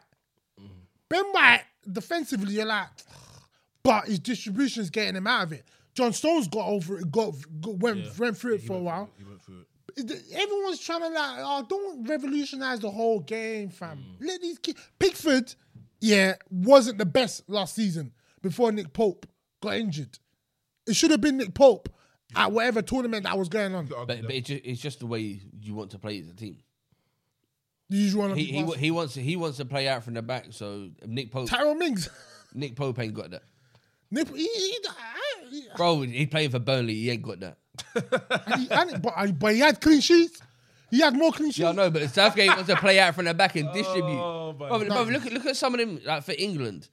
[SPEAKER 1] Ben White defensively, you're like, but his distribution's getting him out of it. John Stones got over it, got, got went went through it for a while.
[SPEAKER 4] He went through it.
[SPEAKER 1] Everyone's trying to like, oh, don't revolutionize the whole game, fam. Let these kids. Pickford, yeah, wasn't the best last season before Nick Pope got injured. It should have been Nick Pope at whatever tournament that was going on.
[SPEAKER 2] uh,
[SPEAKER 3] But, but it's, just, it's just the way you want to play as a team.
[SPEAKER 1] The usual one.
[SPEAKER 3] He he, wa- he wants to, he wants to play out from the back. So Nick Pope
[SPEAKER 1] Tyrone Mings.
[SPEAKER 3] Nick Pope ain't got that.
[SPEAKER 1] Nick, he, he, I- he-
[SPEAKER 3] Bro, he playing for Burnley. He ain't got that.
[SPEAKER 1] and he- and- but, I- but he had clean sheets. He had more clean sheets.
[SPEAKER 3] Yeah, I know, but Southgate wants to play out from the back and distribute.
[SPEAKER 2] Oh, but-
[SPEAKER 3] Brother, brother, look at look at some of them like for England.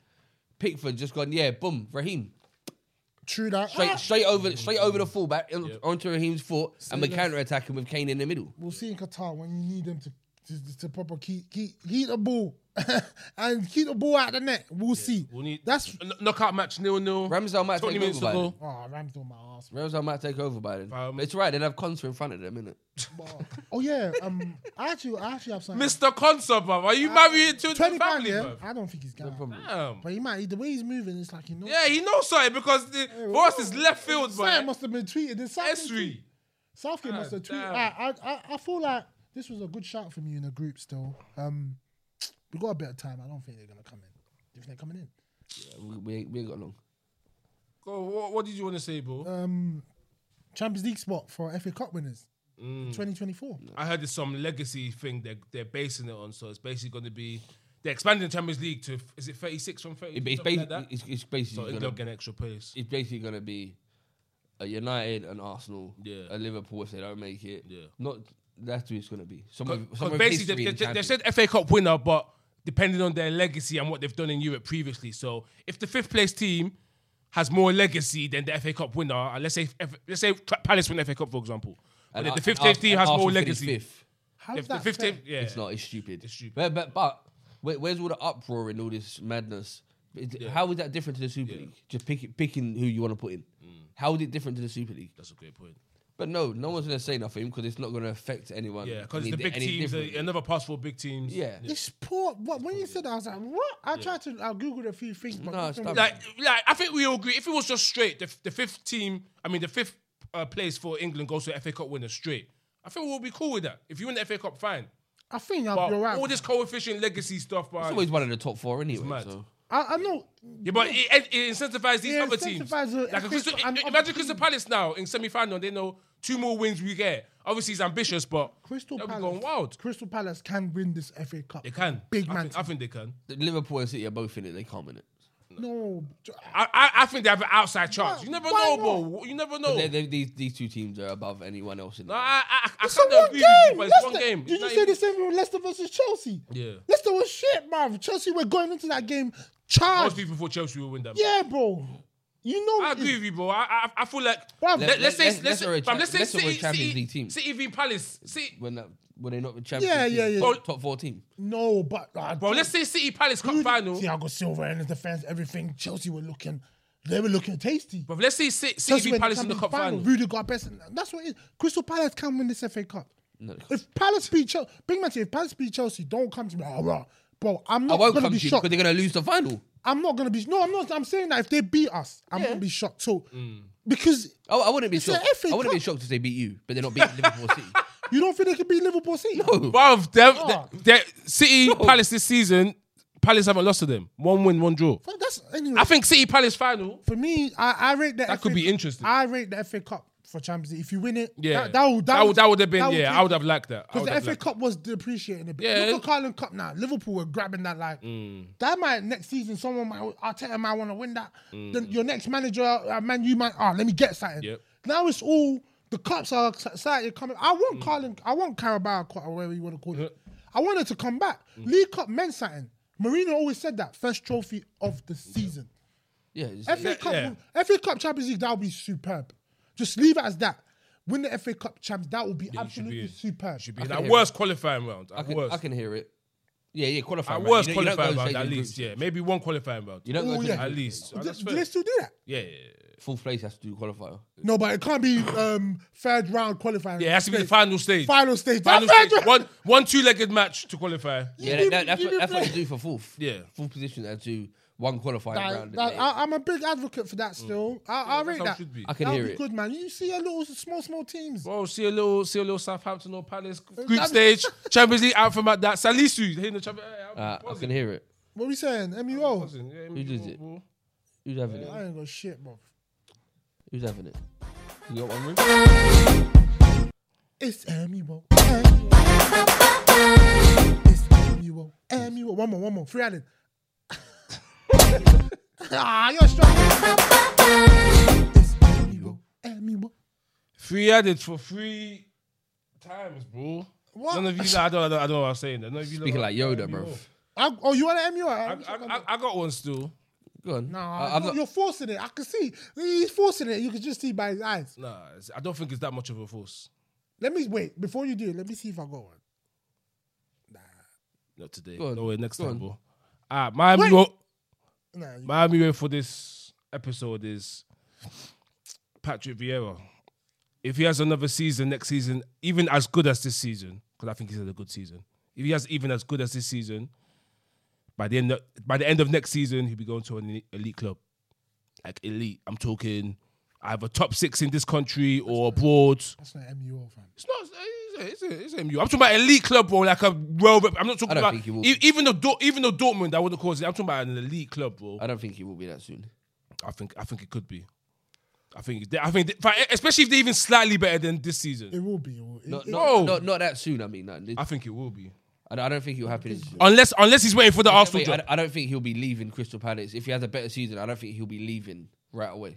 [SPEAKER 3] Pickford just gone, yeah, boom, Raheem.
[SPEAKER 1] True that.
[SPEAKER 3] Straight
[SPEAKER 1] Ah,
[SPEAKER 3] straight over straight over the fullback in- onto Raheem's foot and we counter attacking with Kane in the middle.
[SPEAKER 1] we'll see in Qatar when you need them to to, to proper keep, keep keep the ball and keep the ball out the net. We'll see.
[SPEAKER 2] We'll need
[SPEAKER 1] That's
[SPEAKER 2] a kn- knockout match nil nil.
[SPEAKER 3] Ramsdale might take over by then.
[SPEAKER 1] oh Ramsdale, my ass.
[SPEAKER 3] Ramsdale might take over by then.
[SPEAKER 2] Um,
[SPEAKER 3] But it's right, they'll have Conter in front of them, innit?
[SPEAKER 1] Oh yeah. Um, I actually I actually have something.
[SPEAKER 2] Mr. Conser, bruv. Are you married to the
[SPEAKER 1] Uh, Twenty
[SPEAKER 2] family,
[SPEAKER 1] pound. Yeah,
[SPEAKER 2] bruv?
[SPEAKER 1] I don't think he's going.
[SPEAKER 3] problem.
[SPEAKER 2] Damn.
[SPEAKER 1] but he might. The way he's moving, it's like you know.
[SPEAKER 2] Yeah, he knows something because the, for us it's left field,
[SPEAKER 1] Something
[SPEAKER 2] bruv.
[SPEAKER 1] must have been tweeted. Did Southgate tweet?
[SPEAKER 2] Esri.
[SPEAKER 1] Southgate must have tweeted.
[SPEAKER 2] damn.
[SPEAKER 1] I, I, I, I feel like this was a good shout from you in the group. Still, um, we got a bit of time. I don't think they're gonna come in. Do you think they're coming in?
[SPEAKER 3] We, we, ain't, we ain't got long.
[SPEAKER 2] Go, what, what did you want to say, bro?
[SPEAKER 1] Um, Champions League spot for FA Cup winners, twenty twenty four.
[SPEAKER 2] I heard it's some legacy thing they're, they're basing it on, so it's basically going to be they're expanding the Champions League to is it 36 from 30?
[SPEAKER 3] It- it's,
[SPEAKER 2] something
[SPEAKER 3] basi-
[SPEAKER 2] like that?
[SPEAKER 3] it's, it's
[SPEAKER 2] so
[SPEAKER 3] basically
[SPEAKER 2] England
[SPEAKER 3] gonna,
[SPEAKER 2] get an extra place.
[SPEAKER 3] it's basically gonna be a United and Arsenal,
[SPEAKER 2] Yeah.
[SPEAKER 3] a Liverpool if they don't make it.
[SPEAKER 2] Yeah.
[SPEAKER 3] Not that's who it's gonna be. Some of, some
[SPEAKER 2] Because
[SPEAKER 3] of
[SPEAKER 2] basically
[SPEAKER 3] history
[SPEAKER 2] they,
[SPEAKER 3] in
[SPEAKER 2] they, they
[SPEAKER 3] Champions.
[SPEAKER 2] said FA Cup winner, but depending on their legacy and what they've done in Europe previously. So if the fifth place team has more legacy than the FA Cup winner, and let's say F- let's say Tra- Palace win FA Cup for example, but
[SPEAKER 3] And
[SPEAKER 2] if
[SPEAKER 3] Ar-
[SPEAKER 2] the fifth
[SPEAKER 3] and
[SPEAKER 2] place team
[SPEAKER 3] Ar-
[SPEAKER 2] has
[SPEAKER 3] and
[SPEAKER 2] more
[SPEAKER 3] Arsenal finished
[SPEAKER 2] legacy,
[SPEAKER 3] fifth.
[SPEAKER 1] How
[SPEAKER 2] if
[SPEAKER 1] is
[SPEAKER 2] the
[SPEAKER 1] that?
[SPEAKER 2] fifth
[SPEAKER 1] fair?
[SPEAKER 2] team, yeah,
[SPEAKER 3] It's not. It's stupid.
[SPEAKER 2] It's stupid.
[SPEAKER 3] But, but, but where, where's all the uproar and all this madness? It- How is that different to the Super League? Just pick, picking who you want to put in.
[SPEAKER 2] Mm.
[SPEAKER 3] How is it different to the Super League?
[SPEAKER 2] that's a great point.
[SPEAKER 3] But no, no one's going to say nothing because it's not going to affect anyone.
[SPEAKER 2] Yeah, because
[SPEAKER 3] any-
[SPEAKER 2] the big
[SPEAKER 3] any
[SPEAKER 2] teams,
[SPEAKER 3] different.
[SPEAKER 2] uh, another pass for big teams.
[SPEAKER 3] yeah.
[SPEAKER 1] It's poor. What when you said that, I was like, what? I tried to. I googled a few things, but
[SPEAKER 3] No,
[SPEAKER 1] nothing
[SPEAKER 3] stop.
[SPEAKER 1] was-
[SPEAKER 2] like, like I think we all agree. If it was just straight, the, the fifth team, I mean, the fifth uh, place for England goes to the FA Cup winner straight. I think we'll be cool with that. If you win the FA Cup, fine.
[SPEAKER 1] I think I'll
[SPEAKER 2] But
[SPEAKER 1] be alright.
[SPEAKER 2] all this coefficient legacy stuff,
[SPEAKER 3] It's
[SPEAKER 2] but
[SPEAKER 3] always one of the top four anyway.
[SPEAKER 2] mad.
[SPEAKER 3] So.
[SPEAKER 1] I, I know.
[SPEAKER 2] yeah, but it, it incentivizes these
[SPEAKER 1] Yeah,
[SPEAKER 2] other teams.
[SPEAKER 1] incentivise the
[SPEAKER 2] Like,
[SPEAKER 1] FA
[SPEAKER 2] Crystal,
[SPEAKER 1] Cup and other
[SPEAKER 2] imagine Crystal
[SPEAKER 1] teams.
[SPEAKER 2] Palace now in semi final. They know two more wins we get. Obviously, he's ambitious, but
[SPEAKER 1] Crystal
[SPEAKER 2] they'll
[SPEAKER 1] Palace.
[SPEAKER 2] be going wild.
[SPEAKER 1] Crystal Palace can win this FA Cup.
[SPEAKER 2] They can.
[SPEAKER 1] Big
[SPEAKER 2] I
[SPEAKER 1] man.
[SPEAKER 2] Think, I think they can.
[SPEAKER 3] Liverpool and City are both in it. They can't win it.
[SPEAKER 1] no,
[SPEAKER 2] I, I, I think they have an outside chance.
[SPEAKER 1] Why-
[SPEAKER 2] you never
[SPEAKER 1] why
[SPEAKER 2] know, bro. You never know.
[SPEAKER 3] They- they- these, these two teams are above anyone else in the
[SPEAKER 2] No, I, I, I
[SPEAKER 1] It's a
[SPEAKER 2] kind
[SPEAKER 1] one
[SPEAKER 2] of agree with you,
[SPEAKER 1] game.
[SPEAKER 2] but it's one
[SPEAKER 1] Leicester-
[SPEAKER 2] game.
[SPEAKER 1] Did
[SPEAKER 2] It's
[SPEAKER 1] you
[SPEAKER 2] not
[SPEAKER 1] say
[SPEAKER 2] even-
[SPEAKER 1] the same with Leicester versus Chelsea?
[SPEAKER 2] Yeah.
[SPEAKER 1] Leicester was shit, man. Chelsea were going into that game
[SPEAKER 2] Most
[SPEAKER 1] charged.
[SPEAKER 2] people thought Chelsea will win that.
[SPEAKER 1] Yeah, bro. You know,
[SPEAKER 2] I agree with you, bro. I, I, I feel like
[SPEAKER 1] Bruv,
[SPEAKER 2] let, us say
[SPEAKER 3] Leicester-
[SPEAKER 2] let's,
[SPEAKER 3] Leicester are a
[SPEAKER 2] fam, let's say
[SPEAKER 3] Leicester were a
[SPEAKER 2] City,
[SPEAKER 3] Champions
[SPEAKER 2] City,
[SPEAKER 3] League team.
[SPEAKER 2] City v Palace. City,
[SPEAKER 3] when that when they not the champions.
[SPEAKER 1] Yeah,
[SPEAKER 3] League,
[SPEAKER 1] yeah, yeah.
[SPEAKER 3] Top, top four team.
[SPEAKER 1] no, but uh,
[SPEAKER 2] bro. Let's say City Palace Cup
[SPEAKER 1] Thiago-
[SPEAKER 2] final.
[SPEAKER 1] Thiago Silva and his defense, everything. Chelsea were looking, they were looking tasty.
[SPEAKER 2] Bro, let's say City,
[SPEAKER 1] Chelsea
[SPEAKER 2] City
[SPEAKER 1] were
[SPEAKER 2] v Palace in the cup final.
[SPEAKER 1] Rudy got best. That's what it is. Crystal Palace can win this FA Cup.
[SPEAKER 3] No.
[SPEAKER 1] If Palace beat Chelsea, big man, if Palace beat Chelsea, don't come to me. Oh, bro, bro, I'm
[SPEAKER 3] I
[SPEAKER 1] not
[SPEAKER 3] won't
[SPEAKER 1] gonna
[SPEAKER 3] come
[SPEAKER 1] be
[SPEAKER 3] to you because
[SPEAKER 1] shocked.
[SPEAKER 3] they're going to lose the final.
[SPEAKER 1] I'm not gonna be. No, I'm not. I'm saying that if they beat us, I'm
[SPEAKER 3] Yeah.
[SPEAKER 1] gonna be shocked. So
[SPEAKER 2] Mm.
[SPEAKER 1] because
[SPEAKER 3] Oh, I, I wouldn't be
[SPEAKER 1] It's a
[SPEAKER 3] shocked.
[SPEAKER 1] FA
[SPEAKER 3] I wouldn't be
[SPEAKER 1] Cup.
[SPEAKER 3] shocked if they beat you, but they're not beating Liverpool City.
[SPEAKER 1] you don't think they could beat Liverpool City?
[SPEAKER 3] No.
[SPEAKER 2] Bro, they're,
[SPEAKER 1] Oh.
[SPEAKER 2] they City Palace this season. Palace haven't lost to them. One win, one draw.
[SPEAKER 1] But that's anyway.
[SPEAKER 2] I think City Palace final.
[SPEAKER 1] for me, I, I rate the
[SPEAKER 2] That could
[SPEAKER 1] FA
[SPEAKER 2] be interesting.
[SPEAKER 1] I rate the FA Cup for Champions League. If you win it,
[SPEAKER 2] Yeah,
[SPEAKER 1] that, that would that,
[SPEAKER 2] would, that would have been.
[SPEAKER 1] that
[SPEAKER 2] yeah, I would have liked that. I
[SPEAKER 1] Because
[SPEAKER 2] would
[SPEAKER 1] the
[SPEAKER 2] have
[SPEAKER 1] FA
[SPEAKER 2] liked
[SPEAKER 1] Cup was depreciating a bit.
[SPEAKER 2] Yeah. Mm.
[SPEAKER 1] Look at Carling Cup now. Liverpool were grabbing that like that might next season someone might Arteta might want to win that. Then your next manager, uh, man, you might ah let me get something.
[SPEAKER 2] Mm. Yep.
[SPEAKER 1] Now it's all the cups are excited coming. I
[SPEAKER 2] Mm.
[SPEAKER 1] want Carling, I want Carabao Cup or whatever you want to call it. I want it to come back.
[SPEAKER 2] Mm.
[SPEAKER 1] League Cup meant something. Marino always said that first trophy of the season.
[SPEAKER 3] Yeah, it's-
[SPEAKER 1] FA Cup, FA Cup Champions League, that would be superb. Just leave it as that. Win the FA Cup champs, that would be absolutely
[SPEAKER 2] be-
[SPEAKER 1] superb.
[SPEAKER 2] Should be in that worst qualifying round.
[SPEAKER 3] I
[SPEAKER 2] At
[SPEAKER 3] can,
[SPEAKER 2] worst,
[SPEAKER 3] I can hear it. Yeah, yeah, qualifying.
[SPEAKER 2] at
[SPEAKER 3] round.
[SPEAKER 2] worst
[SPEAKER 3] You don't- you don't
[SPEAKER 2] qualifying
[SPEAKER 3] go
[SPEAKER 2] round
[SPEAKER 3] straight
[SPEAKER 2] at
[SPEAKER 3] to the
[SPEAKER 2] least.
[SPEAKER 3] group.
[SPEAKER 2] Yeah, maybe one qualifying round.
[SPEAKER 3] You don't go
[SPEAKER 1] Ooh,
[SPEAKER 3] to
[SPEAKER 1] yeah.
[SPEAKER 2] At least. Oh,
[SPEAKER 1] Do,
[SPEAKER 2] That's
[SPEAKER 1] do
[SPEAKER 2] fair.
[SPEAKER 1] they still do that?
[SPEAKER 2] Yeah, yeah, yeah.
[SPEAKER 3] Fourth place has to do qualifier.
[SPEAKER 1] No, but it can't be um, third round qualifying.
[SPEAKER 2] Yeah, it has to be the final stage.
[SPEAKER 1] Final stage.
[SPEAKER 2] Final
[SPEAKER 1] That third
[SPEAKER 2] stage.
[SPEAKER 1] round-
[SPEAKER 2] One, one two-legged match to qualify.
[SPEAKER 3] Yeah,
[SPEAKER 1] did-
[SPEAKER 3] that, that's,
[SPEAKER 1] you
[SPEAKER 3] what,
[SPEAKER 1] did
[SPEAKER 3] that's what you
[SPEAKER 1] play.
[SPEAKER 3] do for fourth.
[SPEAKER 2] Yeah.
[SPEAKER 3] Fourth position and do one qualifying
[SPEAKER 1] That-
[SPEAKER 3] round.
[SPEAKER 1] that-
[SPEAKER 3] and then-
[SPEAKER 1] I, am a big advocate for that still.
[SPEAKER 2] Mm. that's
[SPEAKER 1] I, I rate
[SPEAKER 2] how it
[SPEAKER 1] that.
[SPEAKER 2] should be.
[SPEAKER 3] I can
[SPEAKER 1] That'd
[SPEAKER 3] hear
[SPEAKER 1] be
[SPEAKER 3] it.
[SPEAKER 1] good, man. You see a little small, small teams.
[SPEAKER 2] Bro, see a little, see a little Southampton or Palace group
[SPEAKER 1] That-
[SPEAKER 2] stage, Champions League out from at that. Salisu hitting the Champions.
[SPEAKER 3] Uh, I can hear it.
[SPEAKER 1] What are we saying? MUO.
[SPEAKER 2] Who
[SPEAKER 3] does it? Who's having it?
[SPEAKER 1] I ain't got shit, bro.
[SPEAKER 3] Who's having it? You got one room?
[SPEAKER 1] It's MUO. It's MUO. MUO. One more, one more. Free Island. ah, you're strong. It's MUO. MUO.
[SPEAKER 2] Three added for three times, bro.
[SPEAKER 1] What?
[SPEAKER 2] None of you, I don't, I don't, I don't know what I'm saying. None of you
[SPEAKER 3] Speaking
[SPEAKER 2] lot-
[SPEAKER 3] like Yoda,
[SPEAKER 2] you
[SPEAKER 3] bro.
[SPEAKER 2] lot.
[SPEAKER 1] I, oh, you want an MUO?
[SPEAKER 2] I, I, I, I got one still.
[SPEAKER 3] Go on.
[SPEAKER 1] No,
[SPEAKER 3] I, I'm not,
[SPEAKER 1] Uh, you're forcing it. I can see. He's forcing it. You can just see by his eyes.
[SPEAKER 2] Nah, it's- I don't think it's that much of a force.
[SPEAKER 1] Let me wait. Before you do, let me see if I got one.
[SPEAKER 2] Not today.
[SPEAKER 3] Go on,
[SPEAKER 2] No way. Next
[SPEAKER 3] go
[SPEAKER 2] time,
[SPEAKER 3] on.
[SPEAKER 2] bro. Ah, my
[SPEAKER 1] Wait.
[SPEAKER 2] MUO,
[SPEAKER 1] Nah, you-
[SPEAKER 2] my MUO for this episode is Patrick Vieira. If he has another season next season, even as good as this season, because I think he's had a good season. If he has even as good as this season, by the end of, by the end of next season, he'll be going to an elite- elite club, like elite. I'm talking either top six in this country or abroad.
[SPEAKER 1] that's not MUO, fam.
[SPEAKER 2] It's not. It's, a, it's, a, it's a MU. I'm talking about elite club, bro. Like a well. rep- I'm not talking
[SPEAKER 3] I don't
[SPEAKER 2] about
[SPEAKER 3] think he will
[SPEAKER 2] e- even the Dor- even the Dortmund. I wouldn't call it. I'm talking about an elite club, bro.
[SPEAKER 3] I don't think he will be that soon.
[SPEAKER 2] I think. I think it could be. I think. they- I think. they- Especially if they're even slightly better than this season.
[SPEAKER 1] It will be. It will, it,
[SPEAKER 3] Not,
[SPEAKER 1] it-
[SPEAKER 2] No.
[SPEAKER 3] not, not, not that soon, I mean. Like,
[SPEAKER 2] I think it will be.
[SPEAKER 3] I, I don't think it will happen. this-
[SPEAKER 2] Unless unless he's waiting for the Arsenal
[SPEAKER 3] Wait,
[SPEAKER 2] job.
[SPEAKER 3] I, I don't think he'll be leaving Crystal Palace. If he has a better season, I don't think he'll be leaving right away.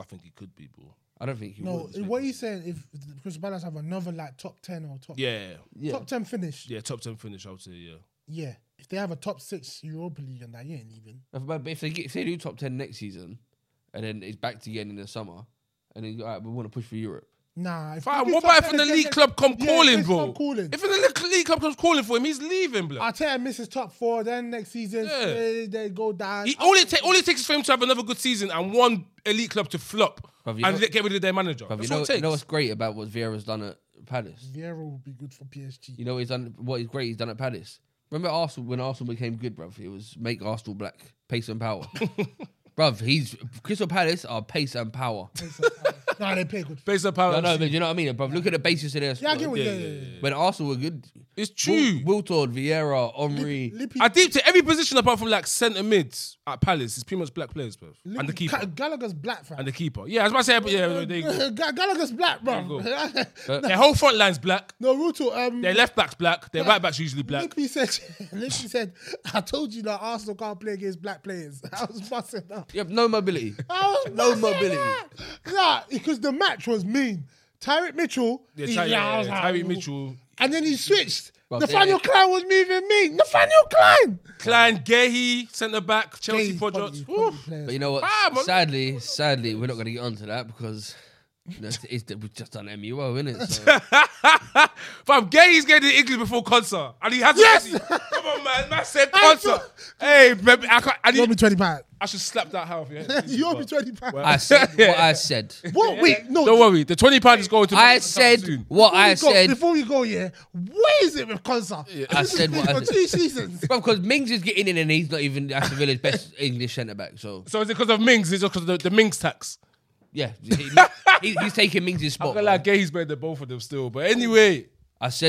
[SPEAKER 2] I think it could be, bro.
[SPEAKER 3] I don't think he will.
[SPEAKER 1] no,
[SPEAKER 3] this week.
[SPEAKER 1] what he's saying, if Crystal Palace have another like top 10 or top
[SPEAKER 2] Yeah.
[SPEAKER 3] Yeah.
[SPEAKER 1] top 10 finish, yeah.
[SPEAKER 2] Yeah. Top ten finish. I would say. Yeah.
[SPEAKER 1] If they have a top six Europa League and that, you ain't leaving.
[SPEAKER 3] If- But if they get, if they do top ten next season, and then it's back to again in the summer, and then all right, we want to push for Europe.
[SPEAKER 1] Nah. If
[SPEAKER 2] Fine.
[SPEAKER 1] they do
[SPEAKER 2] What
[SPEAKER 1] top
[SPEAKER 2] about if an
[SPEAKER 1] 10 again
[SPEAKER 2] elite
[SPEAKER 1] next-
[SPEAKER 2] club come
[SPEAKER 1] Yeah,
[SPEAKER 2] calling,
[SPEAKER 1] next
[SPEAKER 2] bro?
[SPEAKER 1] club calling.
[SPEAKER 2] If an elite- elite club comes calling for him, he's leaving, bro.
[SPEAKER 1] Arteta misses top four, then next season
[SPEAKER 2] Yeah.
[SPEAKER 1] they, they go down. Oh,
[SPEAKER 2] He, all, it ta- all it takes is for him to have another good season and one elite club to flop
[SPEAKER 3] Bruv, you
[SPEAKER 2] and
[SPEAKER 3] know-
[SPEAKER 2] get rid of their manager.
[SPEAKER 3] But
[SPEAKER 2] That's
[SPEAKER 3] you know,
[SPEAKER 2] all it takes.
[SPEAKER 3] you know what's great about what Vieira's done at Palace.
[SPEAKER 1] Vieira will be good for PSG.
[SPEAKER 3] You know what he's done. What is great he's done at Palace. Remember Arsenal when Arsenal became good, bruv? It was make Arsenal black, pace and power. bruv, he's Crystal Palace are pace and power.
[SPEAKER 1] nah, they pay good.
[SPEAKER 2] Based on
[SPEAKER 3] No,
[SPEAKER 2] power.
[SPEAKER 3] no, but you know what I mean, bruv. Look at the basis of their
[SPEAKER 1] Yeah, I
[SPEAKER 3] squad.
[SPEAKER 1] get what yeah,
[SPEAKER 2] yeah,
[SPEAKER 1] yeah, yeah,
[SPEAKER 2] yeah,
[SPEAKER 1] yeah.
[SPEAKER 3] When Arsenal were good,
[SPEAKER 2] it's true.
[SPEAKER 3] Wil- Wiltord, Vieira, Omri,
[SPEAKER 1] Lippy-
[SPEAKER 2] I deep to every position apart from like centre mids at Palace is pretty much black players, bro. And the
[SPEAKER 1] Lippy-
[SPEAKER 2] keeper.
[SPEAKER 1] Ga- Gallagher's black, fam.
[SPEAKER 2] and the keeper. Yeah, I was about to say, but yeah, no, they go.
[SPEAKER 1] Ga- Gallagher's black, bro.
[SPEAKER 2] Their whole front line's black.
[SPEAKER 1] no, Ruto. Um,
[SPEAKER 2] Their left back's black. Their right back's usually black.
[SPEAKER 1] Lippy said, Lippy said, I told you that Arsenal can't play against black players. I was busting up.
[SPEAKER 3] You have no mobility.
[SPEAKER 1] I was
[SPEAKER 3] No
[SPEAKER 1] busting
[SPEAKER 3] mobility.
[SPEAKER 1] up. Nah, because the match was mean. Tyreek Mitchell.
[SPEAKER 2] Yeah,
[SPEAKER 1] he-
[SPEAKER 2] Ty-
[SPEAKER 1] I
[SPEAKER 2] yeah,
[SPEAKER 1] was
[SPEAKER 2] yeah,
[SPEAKER 1] like,
[SPEAKER 2] Tyreek
[SPEAKER 1] "Ooh."
[SPEAKER 2] Mitchell.
[SPEAKER 1] And then he switched.
[SPEAKER 3] Well,
[SPEAKER 1] Nathaniel
[SPEAKER 3] yeah.
[SPEAKER 1] Klein was moving me. Nathaniel Klein.
[SPEAKER 2] Klein, Gehi, centre back, Chelsea
[SPEAKER 1] Hey,
[SPEAKER 2] project.
[SPEAKER 1] quality- quality
[SPEAKER 2] Oof.
[SPEAKER 1] players.
[SPEAKER 3] But you know what?
[SPEAKER 2] Ah, man.
[SPEAKER 3] sadly, sadly, we're not going to get onto that because you know, it's, it's, we've just done MUO, innit? So,
[SPEAKER 2] Fam, Gehi's getting the English before concert. And he has
[SPEAKER 1] Yes!
[SPEAKER 2] Come on, man. Man said
[SPEAKER 1] I
[SPEAKER 2] concert. Hey, baby, I, can't, I,
[SPEAKER 1] You owe me
[SPEAKER 2] need,
[SPEAKER 1] twenty pounds.
[SPEAKER 2] I should slap that half. Yeah.
[SPEAKER 1] You owe me twenty pounds.
[SPEAKER 2] Well,
[SPEAKER 3] I said what I said.
[SPEAKER 1] What? Wait, no.
[SPEAKER 2] Don't worry, the twenty pound is going to.
[SPEAKER 3] I said
[SPEAKER 2] Soon.
[SPEAKER 3] what I
[SPEAKER 1] before we go-
[SPEAKER 3] said.
[SPEAKER 1] Before we go, yeah, where is it with Konsa?
[SPEAKER 3] I said what I
[SPEAKER 1] for
[SPEAKER 3] said.
[SPEAKER 1] two seasons.
[SPEAKER 3] Because Mings is getting in and he's not even Aston Villa's best English centre back. So
[SPEAKER 2] So is it because of Mings? Is it because of the, the Mings tax?
[SPEAKER 3] yeah, he, he- he's taking Mings'
[SPEAKER 2] I'm
[SPEAKER 3] spot.
[SPEAKER 2] gonna
[SPEAKER 3] bro.
[SPEAKER 1] Oh,
[SPEAKER 2] lie, Gay's better than both of them still. But anyway,
[SPEAKER 3] I said.